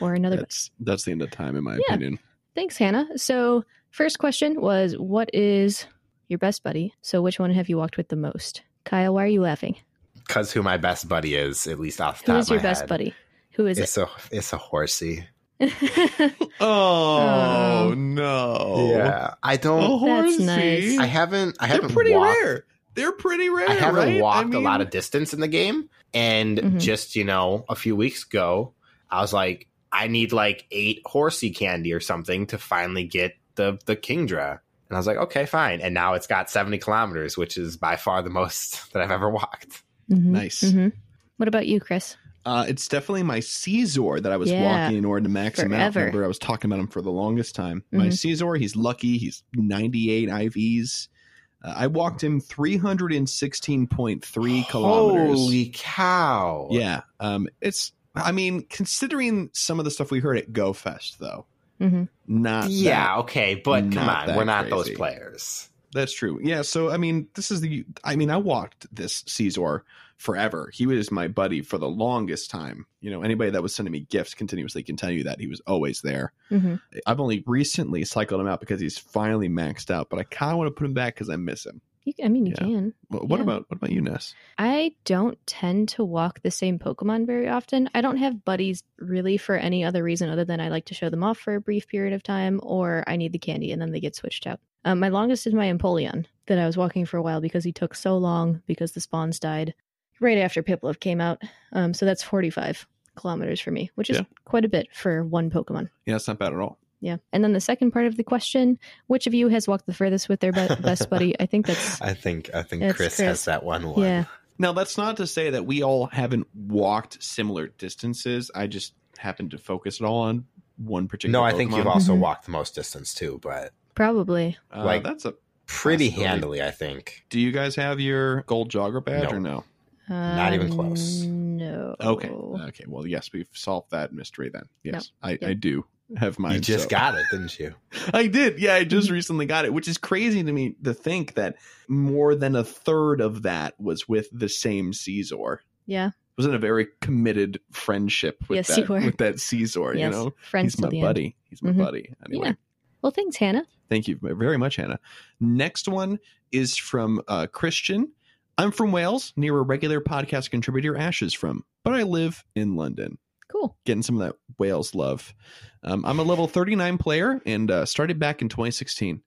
S2: or another bus.
S1: That's, that's the end of time, in my
S2: Yeah.
S1: opinion.
S2: Thanks, Hannah. So, first question was what is your best buddy? So, which one have you walked with the most? Kyle, why are you laughing?
S3: Because who my best buddy is, at least off
S2: Who
S3: the top
S2: is
S3: of
S2: your
S3: my
S2: best
S3: head,
S2: buddy? Who is
S3: It's a, it's a horsey.
S2: it? (laughs)
S1: Oh,
S2: Oh.
S1: no.
S3: Yeah. I don't.
S1: Oh,
S2: That's
S1: horsey.
S2: nice.
S3: I haven't. I
S1: They're
S3: haven't
S1: pretty
S3: walked.
S1: rare. They're pretty rare.
S3: I haven't
S1: right?
S3: walked
S1: mean, Mm-hmm.
S3: a lot of distance in the game, and
S2: Mhm.
S3: just you know, a few weeks ago, I was like, I need like eight horsey candy or something to finally get the the Kingdra, and I was like, okay, fine. And now it's got seventy kilometers, which is by far the most (laughs) that I've ever walked.
S2: Mhm,
S1: Nice.
S2: mhm. What about you, Chris?
S1: Uh, it's definitely my Caesar that I was
S2: Yeah.
S1: walking in order to max him out.
S2: Forever. Mm-hmm.
S1: Remember, I was talking about him for the longest time. My
S2: Mhm.
S1: Caesar, he's lucky. He's 98 IVs. Uh, I walked him 316.3 kilometers.
S3: Holy cow.
S1: Yeah. Um, it's, I mean, considering some of the stuff we heard at Go Fest, though,
S2: hmm
S1: not. that-
S3: Yeah, okay, but come
S1: not
S3: on,
S1: that
S3: we're not
S1: crazy.
S3: those players.
S1: That's true. Yeah. So I mean, this is the. I mean, I walked this Caesar forever. He was my buddy for the longest time. You know, anybody that was sending me gifts continuously can tell you that he was always there.
S2: hmm
S1: I've only recently cycled him out because he's finally maxed out, but I kind of want to put him back because I miss him.
S2: You, I mean, you
S1: Yeah.
S2: can.
S1: What, what
S2: Yeah.
S1: about what about you, Ness?
S2: I don't tend to walk the same Pokemon very often. I don't have buddies really for any other reason other than I like to show them off for a brief period of time or I need the candy and then they get switched out. Um, my longest is my Empoleon that I was walking for a while because he took so long because the spawns died right after Piplup came out. Um, so that's 45 kilometers for me, which is
S1: Yeah.
S2: quite a bit for one Pokemon.
S1: Yeah, it's not bad at all.
S2: Yeah. And then the second part of the question which of you has walked the furthest with their be- best buddy? I think that's.
S3: I think I think
S2: That's
S3: Chris,
S2: Chris.
S3: has that one one.
S2: Yeah.
S1: Now, that's not to say that we all haven't walked similar distances. I just happen to focus it all on one particular.
S3: No, I think you've
S1: Pokemon.
S3: also
S2: Mhm.
S3: walked the most distance too, but
S2: Probably.
S1: Uh,
S3: like-
S1: that's a.
S3: pretty
S1: Possibility.
S3: handily, I think.
S1: Do you guys have your gold jogger badge
S3: No.
S1: or no?
S3: Not even
S2: Uh,
S3: close.
S2: No.
S1: Okay. Okay. Well, yes, we've solved that mystery then. Yes, I,
S2: Yeah.
S1: I do have mine.
S3: you just
S1: so-
S3: got it, didn't you?
S1: (laughs) I did. Yeah, I just
S2: Mhm.
S1: recently got it, which is crazy to me to think that more than a third of that was with the same Caesar.
S2: Yeah.
S1: Was in a very committed friendship with
S2: Yes,
S1: that
S2: you were.
S1: with that Caesar. You
S2: yes.
S1: know,
S2: Friends
S1: he's
S2: till
S1: my
S2: the
S1: buddy. He's my
S2: Mhm.
S1: buddy.
S2: end.
S1: Anyway,
S2: Yeah. Well, thanks, Hannah.
S1: Thank you very much, Hannah. Next one is from uh, Christian. I'm from Wales, near where regular podcast contributor Ash is from, but I live in London.
S2: Cool.
S1: Getting some of that Wales love. Um, I'm a level 39 player and uh, started back in 2016.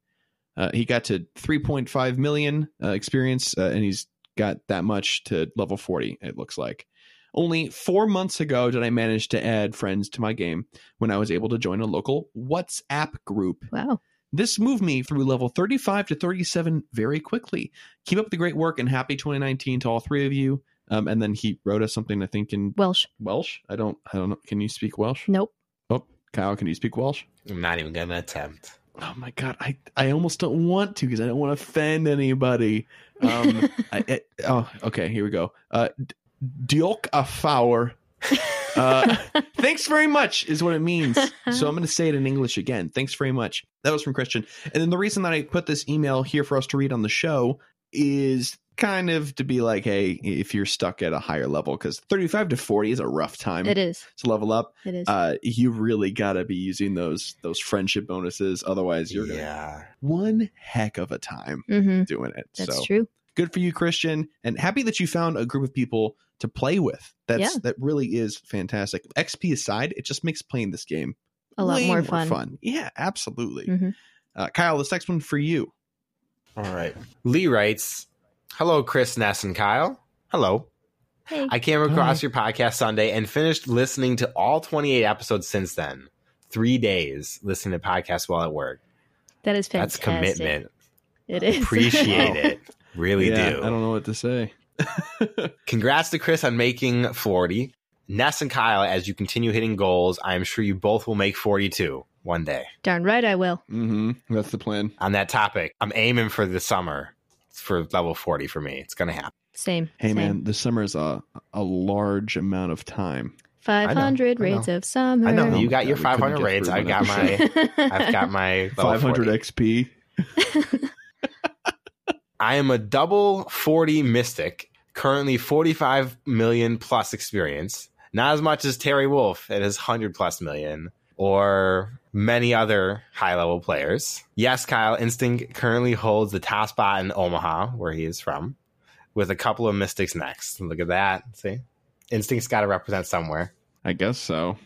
S1: Uh, he got to 3.5 million uh, experience, uh, and he's got that much to level 40, it looks like. Only four months ago did I manage to add friends to my game when I was able to join a local WhatsApp group
S2: Wow.
S1: this moved me through level 35 to 37 very quickly. Keep up the great work and happy 2019 to all three of you. Um, and then he wrote us something I think in
S2: Welsh.
S1: Welsh. I don't I don't know. Can you speak Welsh?
S2: Nope.
S1: Oh, Kyle, can you speak Welsh?
S3: I'm not even gonna attempt.
S1: Oh my god, I I almost don't want to because I don't want to offend anybody.
S2: (laughs)
S1: (laughs) Um, I, I- oh, okay, here we go. Uh, d- diolch a fawr. (laughs) Uh, Thanks very much is what it means. (laughs) so I'm going to say it in English again. Thanks very much. That was from Christian. And then the reason that I put this email here for us to read on the show is kind of to be like, hey, if you're stuck at a higher level, because 35 to 40 is a rough time
S2: it is.
S1: to level up.
S2: It is.
S1: Uh, you really got to be using those those friendship bonuses. Otherwise, you're going to
S3: Yeah.
S1: one heck of a time
S2: mm-hmm.
S1: doing it.
S2: That's
S1: so
S2: true.
S1: good for you, Christian, and happy that you found a group of people to play with. That's
S2: Yeah.
S1: that really is fantastic. XP aside, it just makes playing this game
S2: A lot
S1: way
S2: more fun.
S1: Yeah, absolutely.
S2: Mhm.
S1: Uh, Kyle, this next one for you.
S3: All right. Lee writes, "Hello, Chris, Ness, and Kyle. Hello.
S2: Hey.
S3: I came across your podcast Sunday and finished listening to all 28 episodes since then. Three days listening to podcasts while at work.
S2: that is
S3: That's
S2: fantastic.
S3: commitment.
S2: It is. (laughs)
S3: Appreciate
S1: Wow.
S3: it. Really
S1: Yeah,
S3: do.
S1: I don't know what to say.
S3: Congrats to Chris on making 40. Ness and Kyle, as you continue hitting goals, I am sure you both will make 42 one day.
S2: Darn right I will.
S1: hmm That's the plan.
S3: On that topic, I'm aiming for the summer for level 40 for me. It's going to happen.
S2: Same.
S1: Hey
S2: same.
S1: man, the summer is a a large amount of time.
S2: 500
S3: I know.
S2: raids of summer.
S3: I know.
S1: Oh
S2: (laughs)
S3: You
S1: my God,
S3: got your
S1: we couldn't
S3: 500
S1: get
S3: raids.
S1: through
S3: I
S1: one
S3: got my. I've got
S1: (laughs)
S3: my level
S1: 500
S3: 40.
S1: XP.
S3: I am a double 40 mystic, currently 45 million plus experience. Not as much as Terry Wolf at his 100 plus million or many other high level players. Yes, Kyle, Instinct currently holds the top spot in Omaha, where he is from, with a couple of mystics next. Look at that. See? Instinct's got to represent somewhere.
S1: I guess so.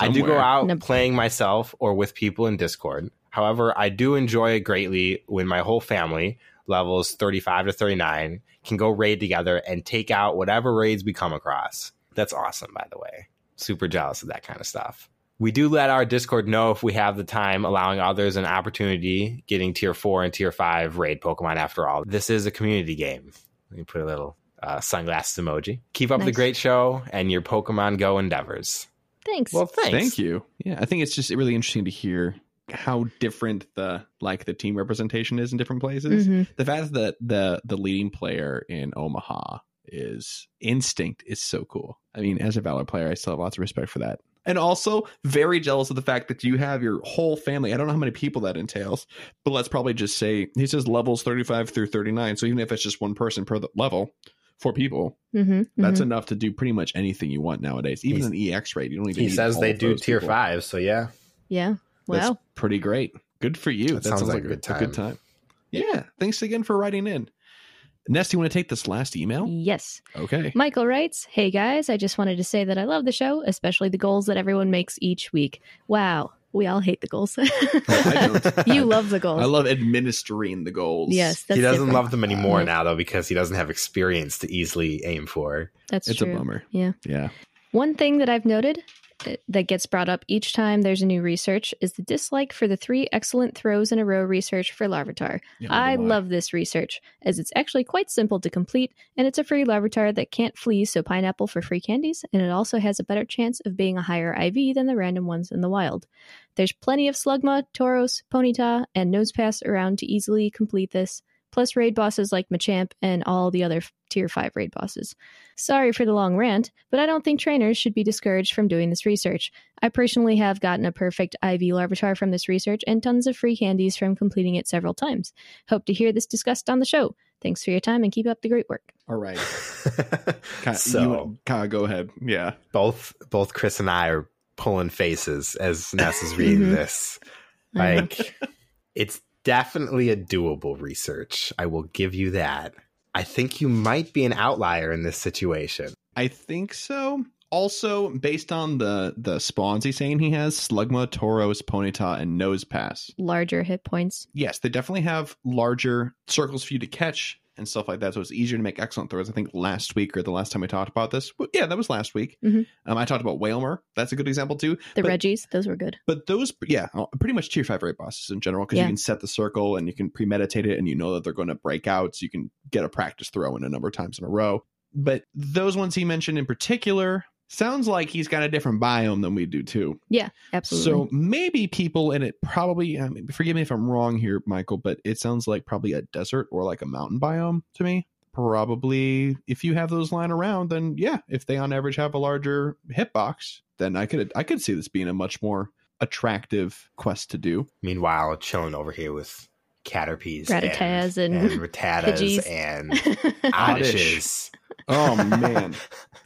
S3: I do go
S1: Somewhere.
S3: out
S2: Nope.
S3: playing myself or with people in Discord. However, I do enjoy it greatly when my whole family, levels 35 to 39, can go raid together and take out whatever raids we come across. That's awesome, by the way. Super jealous of that kind of stuff. We do let our Discord know if we have the time, allowing others an opportunity getting tier four and tier five raid Pokemon after all. This is a community game. Let me put a little uh, sunglasses emoji. Keep up the
S2: Nice.
S3: great show and your Pokemon Go endeavors.
S2: Thanks.
S3: Well, thanks.
S1: Thank you. Yeah, I think it's just really interesting to hear how different the like the team representation is in different places.
S2: Mhm.
S1: The fact that the the leading player in Omaha is instinct is so cool. I mean, as a Valor player, I still have lots of respect for that. And also very jealous of the fact that you have your whole family. I don't know how many people that entails, but let's probably just say he says levels 35 through 39. So even if it's just one person per the level, four people,
S2: Mhm.
S1: that's
S2: Mhm.
S1: enough to do pretty much anything you want nowadays. Even
S3: Mm-hmm. He's-
S1: an EX rate, you don't even
S3: He
S1: need
S3: says
S1: all
S3: they
S1: of
S3: do
S1: those
S3: tier
S1: people.
S3: five, so yeah.
S2: yeah. Wow.
S1: That's pretty great. Good for you.
S3: That sounds like a good time.
S1: Yeah. Thanks again for writing in. Nest, you want to take this last email?
S2: Yes.
S1: Okay.
S2: Michael writes, Hey guys, I just wanted to say that I love the show, especially the goals that everyone makes each week. Wow. We all hate the
S1: (laughs)
S2: goals. (laughs)
S1: I don't.
S2: you love the goals.
S1: I love administering the goals.
S2: yes, that's
S3: he doesn't
S2: different.
S3: love them anymore
S2: Yeah.
S3: now though because he doesn't have experience to easily aim for.
S2: That's
S1: It's
S2: true.
S1: a bummer.
S2: Yeah.
S1: Yeah.
S2: One thing that I've noted uh, that gets brought up each time there's a new research is the dislike for the three excellent throws in a row research for Larvitar.
S1: Yeah,
S2: I
S1: neither do
S2: love this research, as it's actually quite simple to complete, and it's a free Larvitar that can't flee, so pineapple for free candies, and it also has a better chance of being a higher IV than the random ones in the wild. There's plenty of Slugma, Tauros, Ponyta, and Nosepass around to easily complete this, plus raid bosses like Machamp and all the other f- tier 5 raid bosses. Sorry for the long rant, but I don't think trainers should be discouraged from doing this research. I personally have gotten a perfect IV Larvitar from this research and tons of free candies from completing it several times. Hope to hear this discussed on the show. Thanks for your time and keep up the great work.
S1: All right. Ka-
S3: so
S1: you- Ka, go ahead. Yeah.
S3: (laughs) both both Chris and I are pulling faces as Ness is reading
S2: Mhm.
S3: this.
S2: I know.
S3: Like it's definitely a doable research. I will give you that. I think you might be an outlier in this situation.
S1: I think so. Also, based on the the spawns he's saying he has, Slugma, Tauros, Ponyta, and Nosepass.
S2: larger hit points.
S1: yes, they definitely have larger circles for you to catch and stuff like that. So it's easier to make excellent throws. I think last week or the last time we talked about this, well, yeah, that was last week.
S2: Mhm.
S1: Um, I talked about Whalmer. That's a good example too.
S2: The
S1: But-
S2: Reggies, those were good.
S1: But those, yeah, uh, pretty much tier five rate bosses in general because
S2: Yeah.
S1: you can set the circle and you can premeditate it and you know that they're going to break out, so you can get a practice throw in a number of times in a row. But those ones he mentioned in particular sounds like he's got a different biome than we do too.
S2: Absolutely. (laughs)
S1: So maybe people, and it probably, I mean, forgive me if I'm wrong here, Michael, but it sounds like probably a desert or like a mountain biome to me. Probably if you have those lying around, then yeah, if they on average have a larger hitbox, then I could I could see this being a much more attractive quest to do.
S3: Meanwhile, chilling over here with Caterpies
S2: Rattatas and
S3: and Rattatas
S2: Pidgeys. (laughs)
S3: and
S1: Oddish.
S3: Oddish.
S1: Oh man.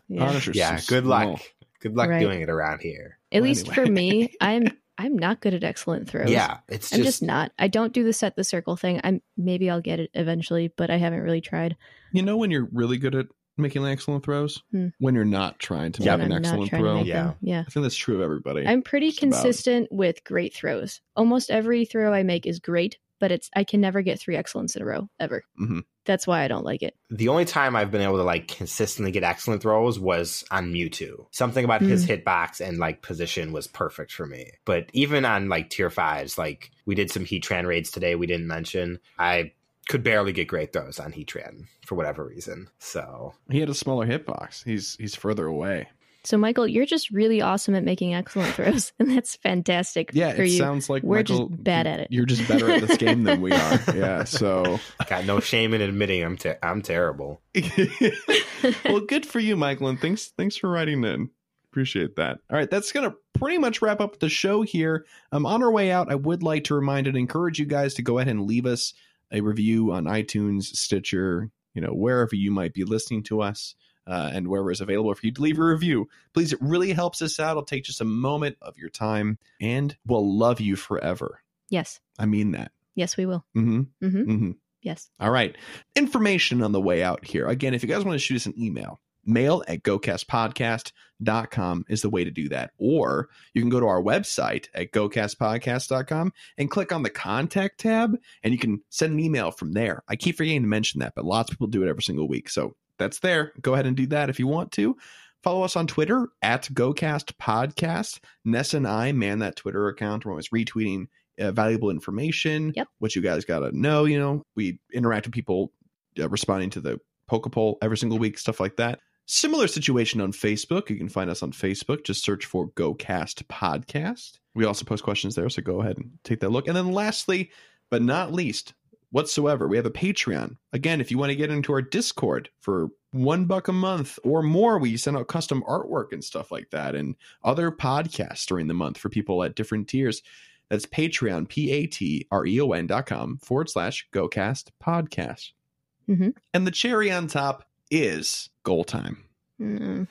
S2: Yeah.
S1: Honestly,
S3: yeah,
S1: so
S3: good luck.
S1: small.
S3: Good luck
S2: Right.
S3: doing it around here.
S2: At least
S1: Anyway.
S2: for
S1: (laughs)
S2: me, I'm I'm not good at excellent throws.
S3: Yeah, it's
S2: I'm
S3: just,
S2: just not. I don't do the set the circle thing. I'm maybe I'll get it eventually, but I haven't really tried.
S1: You know when you're really good at making excellent throws?
S2: Hmm.
S1: When you're not trying to
S3: Yeah,
S1: make
S2: When
S1: an
S2: I'm not
S1: excellent
S2: trying to
S1: throw.
S2: make
S3: Yeah.
S2: them. Yeah.
S1: I think that's true of everybody.
S2: I'm pretty
S1: Just about.
S2: consistent with great throws. Almost every throw I make is great, but it's I can never get three excellents in a row ever.
S1: Mhm.
S2: That's why I don't like it.
S3: the only time I've been able to like consistently get excellent throws was on Mewtwo. Something about
S2: Hmm.
S3: his hitbox and like position was perfect for me. But even on like tier fives, like we did some Heatran raids today we didn't mention. I could barely get great throws on Heatran for whatever reason. So
S1: he had a smaller hitbox. He's he's further away.
S2: So, Michael, you're just really awesome at making excellent throws, (laughs) and that's fantastic
S1: Yeah,
S2: for
S1: it
S2: you.
S1: sounds like
S2: We're
S1: Michael,
S2: just bad at it.
S1: You're just better at this game than we
S2: (laughs)
S1: are. Yeah, so
S3: got no shame in admitting I'm te- I'm terrible.
S2: (laughs)
S1: well, good for you, Michael, and thanks thanks for writing in. Appreciate that. All right, that's gonna pretty much wrap up the show here. Um, on our way out, I would like to remind and encourage you guys to go ahead and leave us a review on iTunes, Stitcher, you know, wherever you might be listening to us. Uh, and wherever it's available for you to leave a review, please. It really helps us out. It'll take just a moment of your time, and we'll love you forever.
S2: yes,
S1: I mean that.
S2: yes, we will.
S1: Mm-hmm.
S2: Mhm.
S1: Mm-hmm.
S2: Yes.
S1: All right. Information on the way out here. Again, if you guys want to shoot us an email, mail at gocastpodcast.com is the way to do that. Or you can go to our website at gocastpodcast.com and click on the contact tab and you can send an email from there. I keep forgetting to mention that, but lots of people do it every single week. So that's there. Go ahead and do that if you want to. Follow us on Twitter at GoCast Podcast. Ness and I man that Twitter account. We're always retweeting uh, valuable information
S2: Yep.
S1: what you guys got to know. You know, we interact with people uh, responding to the poke poll every single week, stuff like that. Similar situation on Facebook. You can find us on Facebook. Just search for GoCast Podcast. We also post questions there, so go ahead and take that look. And then lastly, but not least, whatsoever, we have a Patreon. Again, if you want to get into our Discord for one buck a month or more, we send out custom artwork and stuff like that and other podcasts during the month for people at different tiers. That's Patreon, P A T R E O N dot com forward slash GoCast podcast.
S2: Mhm.
S1: And the cherry on top is goal time.
S2: Mm.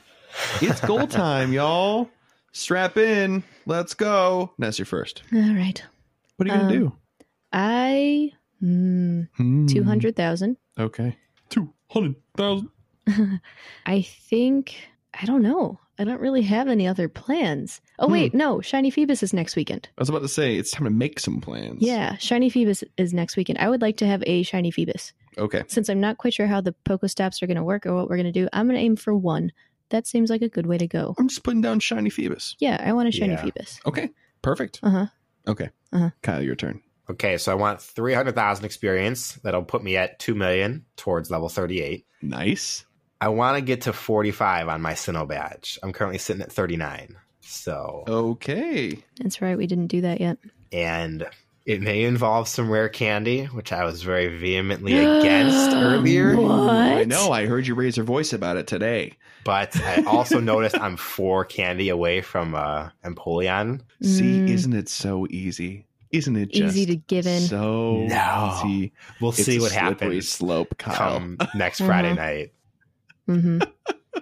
S1: It's
S2: (laughs)
S1: goal time, y'all. Strap in. Let's go. And That's your first.
S2: All right.
S1: What are you going
S2: Um,
S1: to
S2: I mm,
S1: do? Hmm.
S2: two hundred thousand. (laughs)
S1: Okay. 200,000.
S2: I think I don't know. I don't really have any other plans. Oh
S1: Hmm.
S2: wait, no. Shiny Phoebus is next weekend.
S1: I was about to say, it's time to make some plans.
S2: Yeah, Shiny Phoebus is next weekend. I would like to have a Shiny Phoebus.
S1: Okay.
S2: Since I'm not quite sure how the Pokestops are going to work or what we're going to do, I'm going to aim for one. That seems like a good way to go.
S1: I'm just putting down Shiny Phoebus.
S2: Yeah, I want a Shiny
S3: Yeah.
S2: Phoebus.
S1: Okay. Perfect.
S2: Uh huh.
S1: Okay.
S2: Uh-huh.
S1: Kyle, your turn.
S3: (laughs) Okay, so I want 300,000 experience. That'll put me at 2 million towards level 38.
S1: Nice.
S3: I want to get to 45 on my Sinnoh badge. I'm currently sitting at 39. So,
S1: Okay.
S2: That's right. We didn't do that yet.
S3: and it may involve some rare candy, which I was very vehemently against earlier.
S2: Um, What?
S1: I know. I heard you raise your voice about it today.
S3: But I also noticed I'm four candy away from uh, Empoleon.
S1: See,
S2: Mm.
S1: isn't it so easy? Isn't it just
S2: Easy to give in.
S1: So
S3: No.
S1: easy.
S3: We'll
S1: It's
S3: see
S1: a
S3: what
S1: slippery
S3: happens
S1: Slope, Kyle.
S3: come next Friday
S2: Mhm.
S3: night.
S2: hmm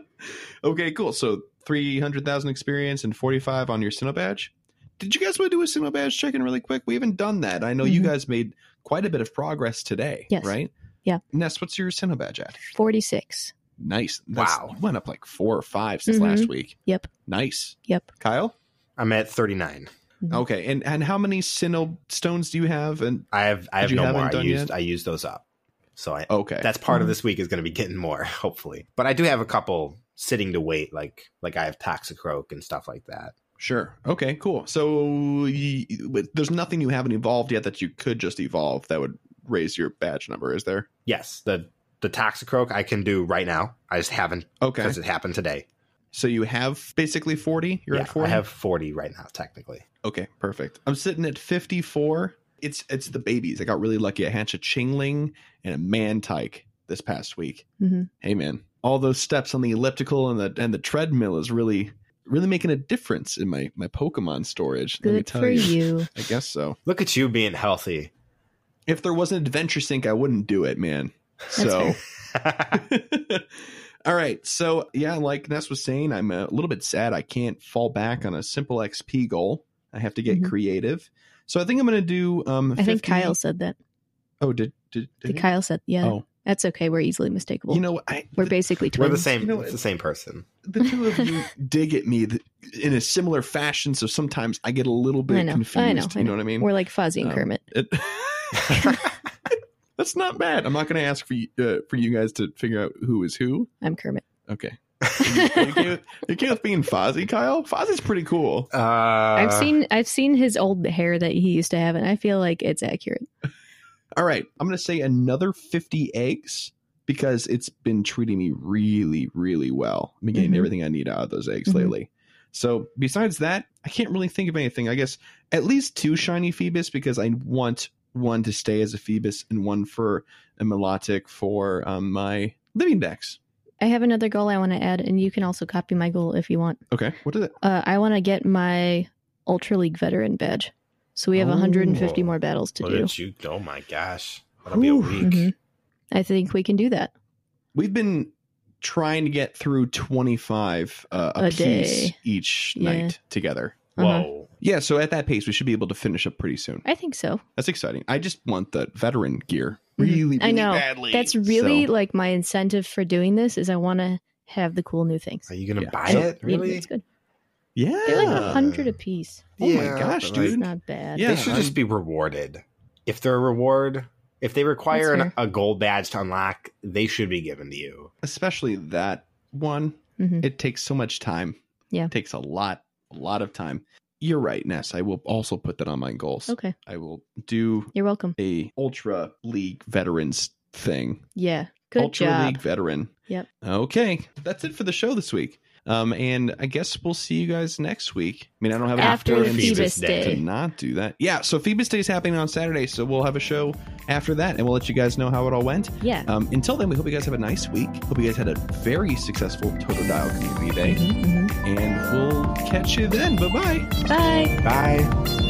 S1: Okay, cool. So three hundred thousand experience and forty five on your Sinnoh badge. Did you guys want to do a Sinnoh badge check in really quick? We haven't done that. I know you
S2: Mhm.
S1: guys made quite a bit of progress today.
S2: Yes.
S1: Right?
S2: Yeah.
S1: Ness, what's your Sinnoh badge at?
S2: 46.
S1: Nice. That's-
S3: Wow.
S1: You went up like four or five since last week.
S2: Mm-hmm. Yep. Mm-hmm.
S1: Nice.
S2: Yep.
S1: Kyle?
S3: I'm at 39.
S1: Okay. And and how many Sinnoh stones do you have? And
S3: I have I have
S1: you
S3: no
S1: haven't
S3: more. I
S1: done
S3: used
S1: yet?
S3: I used those up. So I,
S1: okay.
S3: that's part of this week is going to be getting more (laughs) hopefully but i do have a couple sitting to wait like like i have toxicroak and stuff like that
S1: Sure. Okay, cool. So y but there's nothing you haven't evolved yet that you could just evolve that would raise your badge number, is there?
S3: yes the the toxicroak i can do right now i just haven't
S1: Okay.
S3: because it happened today
S1: So you have basically 40? You're
S3: yeah,
S1: at 40?
S3: i have 40 right now technically
S1: Okay, perfect. I'm sitting at 54. It's it's the babies. I got really lucky. I hatched a chingling and a mantike this past week.
S3: Mm-hmm.
S2: Mhm.
S1: Hey man, all those steps on the elliptical and the and the treadmill is really really making a difference in my my Pokemon storage. let me
S2: Good
S1: tell
S2: for
S1: you. (laughs)
S2: you.
S1: I guess so.
S3: look at you being healthy
S1: (laughs) If there wasn't Adventure Sync, I wouldn't do it, man. so
S2: fair.
S1: (laughs) All right. So, yeah, like Ness was saying, I'm a little bit sad I can't fall back on a simple XP goal. I have to get
S2: Mhm.
S1: creative. So, I think I'm going to do um
S2: I think
S1: 50
S2: Kyle said that.
S1: Oh, did did,
S2: I
S1: did
S2: think
S1: he?
S2: Kyle said, yeah.
S1: Oh.
S2: That's okay. We're easily mistakable.
S1: You know, what? I
S2: We're
S1: the-
S2: basically twins.
S3: we're the same
S1: You know,
S3: it's the same
S1: (laughs)
S3: person
S1: the two of
S2: (laughs)
S1: you dig at me th- in a similar fashion, so sometimes I get a little bit
S2: I know, I know,
S1: confused.
S2: I
S1: You know what I mean?
S2: We're like Fozzie and
S1: Um,
S2: Kermit.
S1: It- (laughs) That's not bad. I'm not going to ask for you, uh, for you guys to figure out who is who.
S2: I'm Kermit.
S1: Okay. Are you okay with, are you okay with being Fozzie, Kyle? Fozzie's pretty cool.
S3: uh,
S2: I've seen I've seen his old hair that he used to have, and I feel like it's accurate.
S1: All right, I'm going to say another 50 eggs because it's been treating me really, really well. I've been getting
S2: Mhm.
S1: everything I need out of those eggs
S2: Mhm.
S1: lately. So, besides that, I can't really think of anything. I guess at least two shiny Phoebus because I want one to stay as a Phoebus and one for a Melotic for um, my living decks.
S2: I have another goal I want to add, and you can also copy my goal if you want.
S1: Okay, what is it?
S2: Uh, I want to get my Ultra League veteran badge. So we have 150
S3: Oh.
S2: more battles to
S3: Look
S2: do.
S3: at you oh my gosh that'll be a
S1: Whew.
S3: week
S2: Mhm. I think we can do that
S1: We've been trying to get through 25 uh, a,
S2: A
S1: piece
S2: day.
S1: each
S2: Yeah.
S1: night together.
S2: Uh-huh.
S3: whoa
S1: Yeah, so at that pace, we should be able to finish up pretty soon.
S2: I think so.
S1: That's exciting. I just want the veteran gear
S2: Mhm.
S1: really, really
S2: I know.
S1: badly.
S2: That's really
S1: So-
S2: like my incentive for doing this is I want to have the cool new things.
S3: are you gonna
S1: Yeah.
S3: buy
S1: So-
S3: it really
S2: It's good.
S1: yeah.
S2: They're like
S3: Yeah.
S2: a hundred a piece.
S1: Oh my
S3: Yeah,
S1: gosh,
S3: but, like,
S1: dude.
S2: It's not bad.
S1: Yeah.
S3: they should just
S1: I'm-
S3: be rewarded. If they're a reward, if they require
S2: That's
S3: an, a gold badge to unlock, they should be given to you.
S1: Especially that one.
S2: Mhm.
S1: It takes so much time.
S2: Yeah.
S1: It takes a lot, a lot of time. You're right, Ness. I will also put that on my goals.
S2: Okay.
S1: I will do
S2: You're welcome.
S1: a Ultra League veterans thing.
S2: Yeah. Good
S1: Ultra
S2: job.
S1: League veteran.
S2: Yep.
S1: Okay. That's it for the show this week. Um, and I guess we'll see you guys next week. I mean, I don't have enough
S2: After
S1: plans
S3: Phoebus
S2: Phoebus
S3: Day.
S1: to
S2: Day.
S1: not do that. Yeah, so Phoebus Day is happening on Saturday, so we'll have a show after that, and we'll let you guys know how it all went.
S2: Yeah.
S1: Um, until then, we hope you guys have a nice week. Hope you guys had a very successful Total Dial Community Day,
S2: Mhm, mhm.
S1: and we'll catch you then. Bye bye.
S2: Bye.
S3: Bye.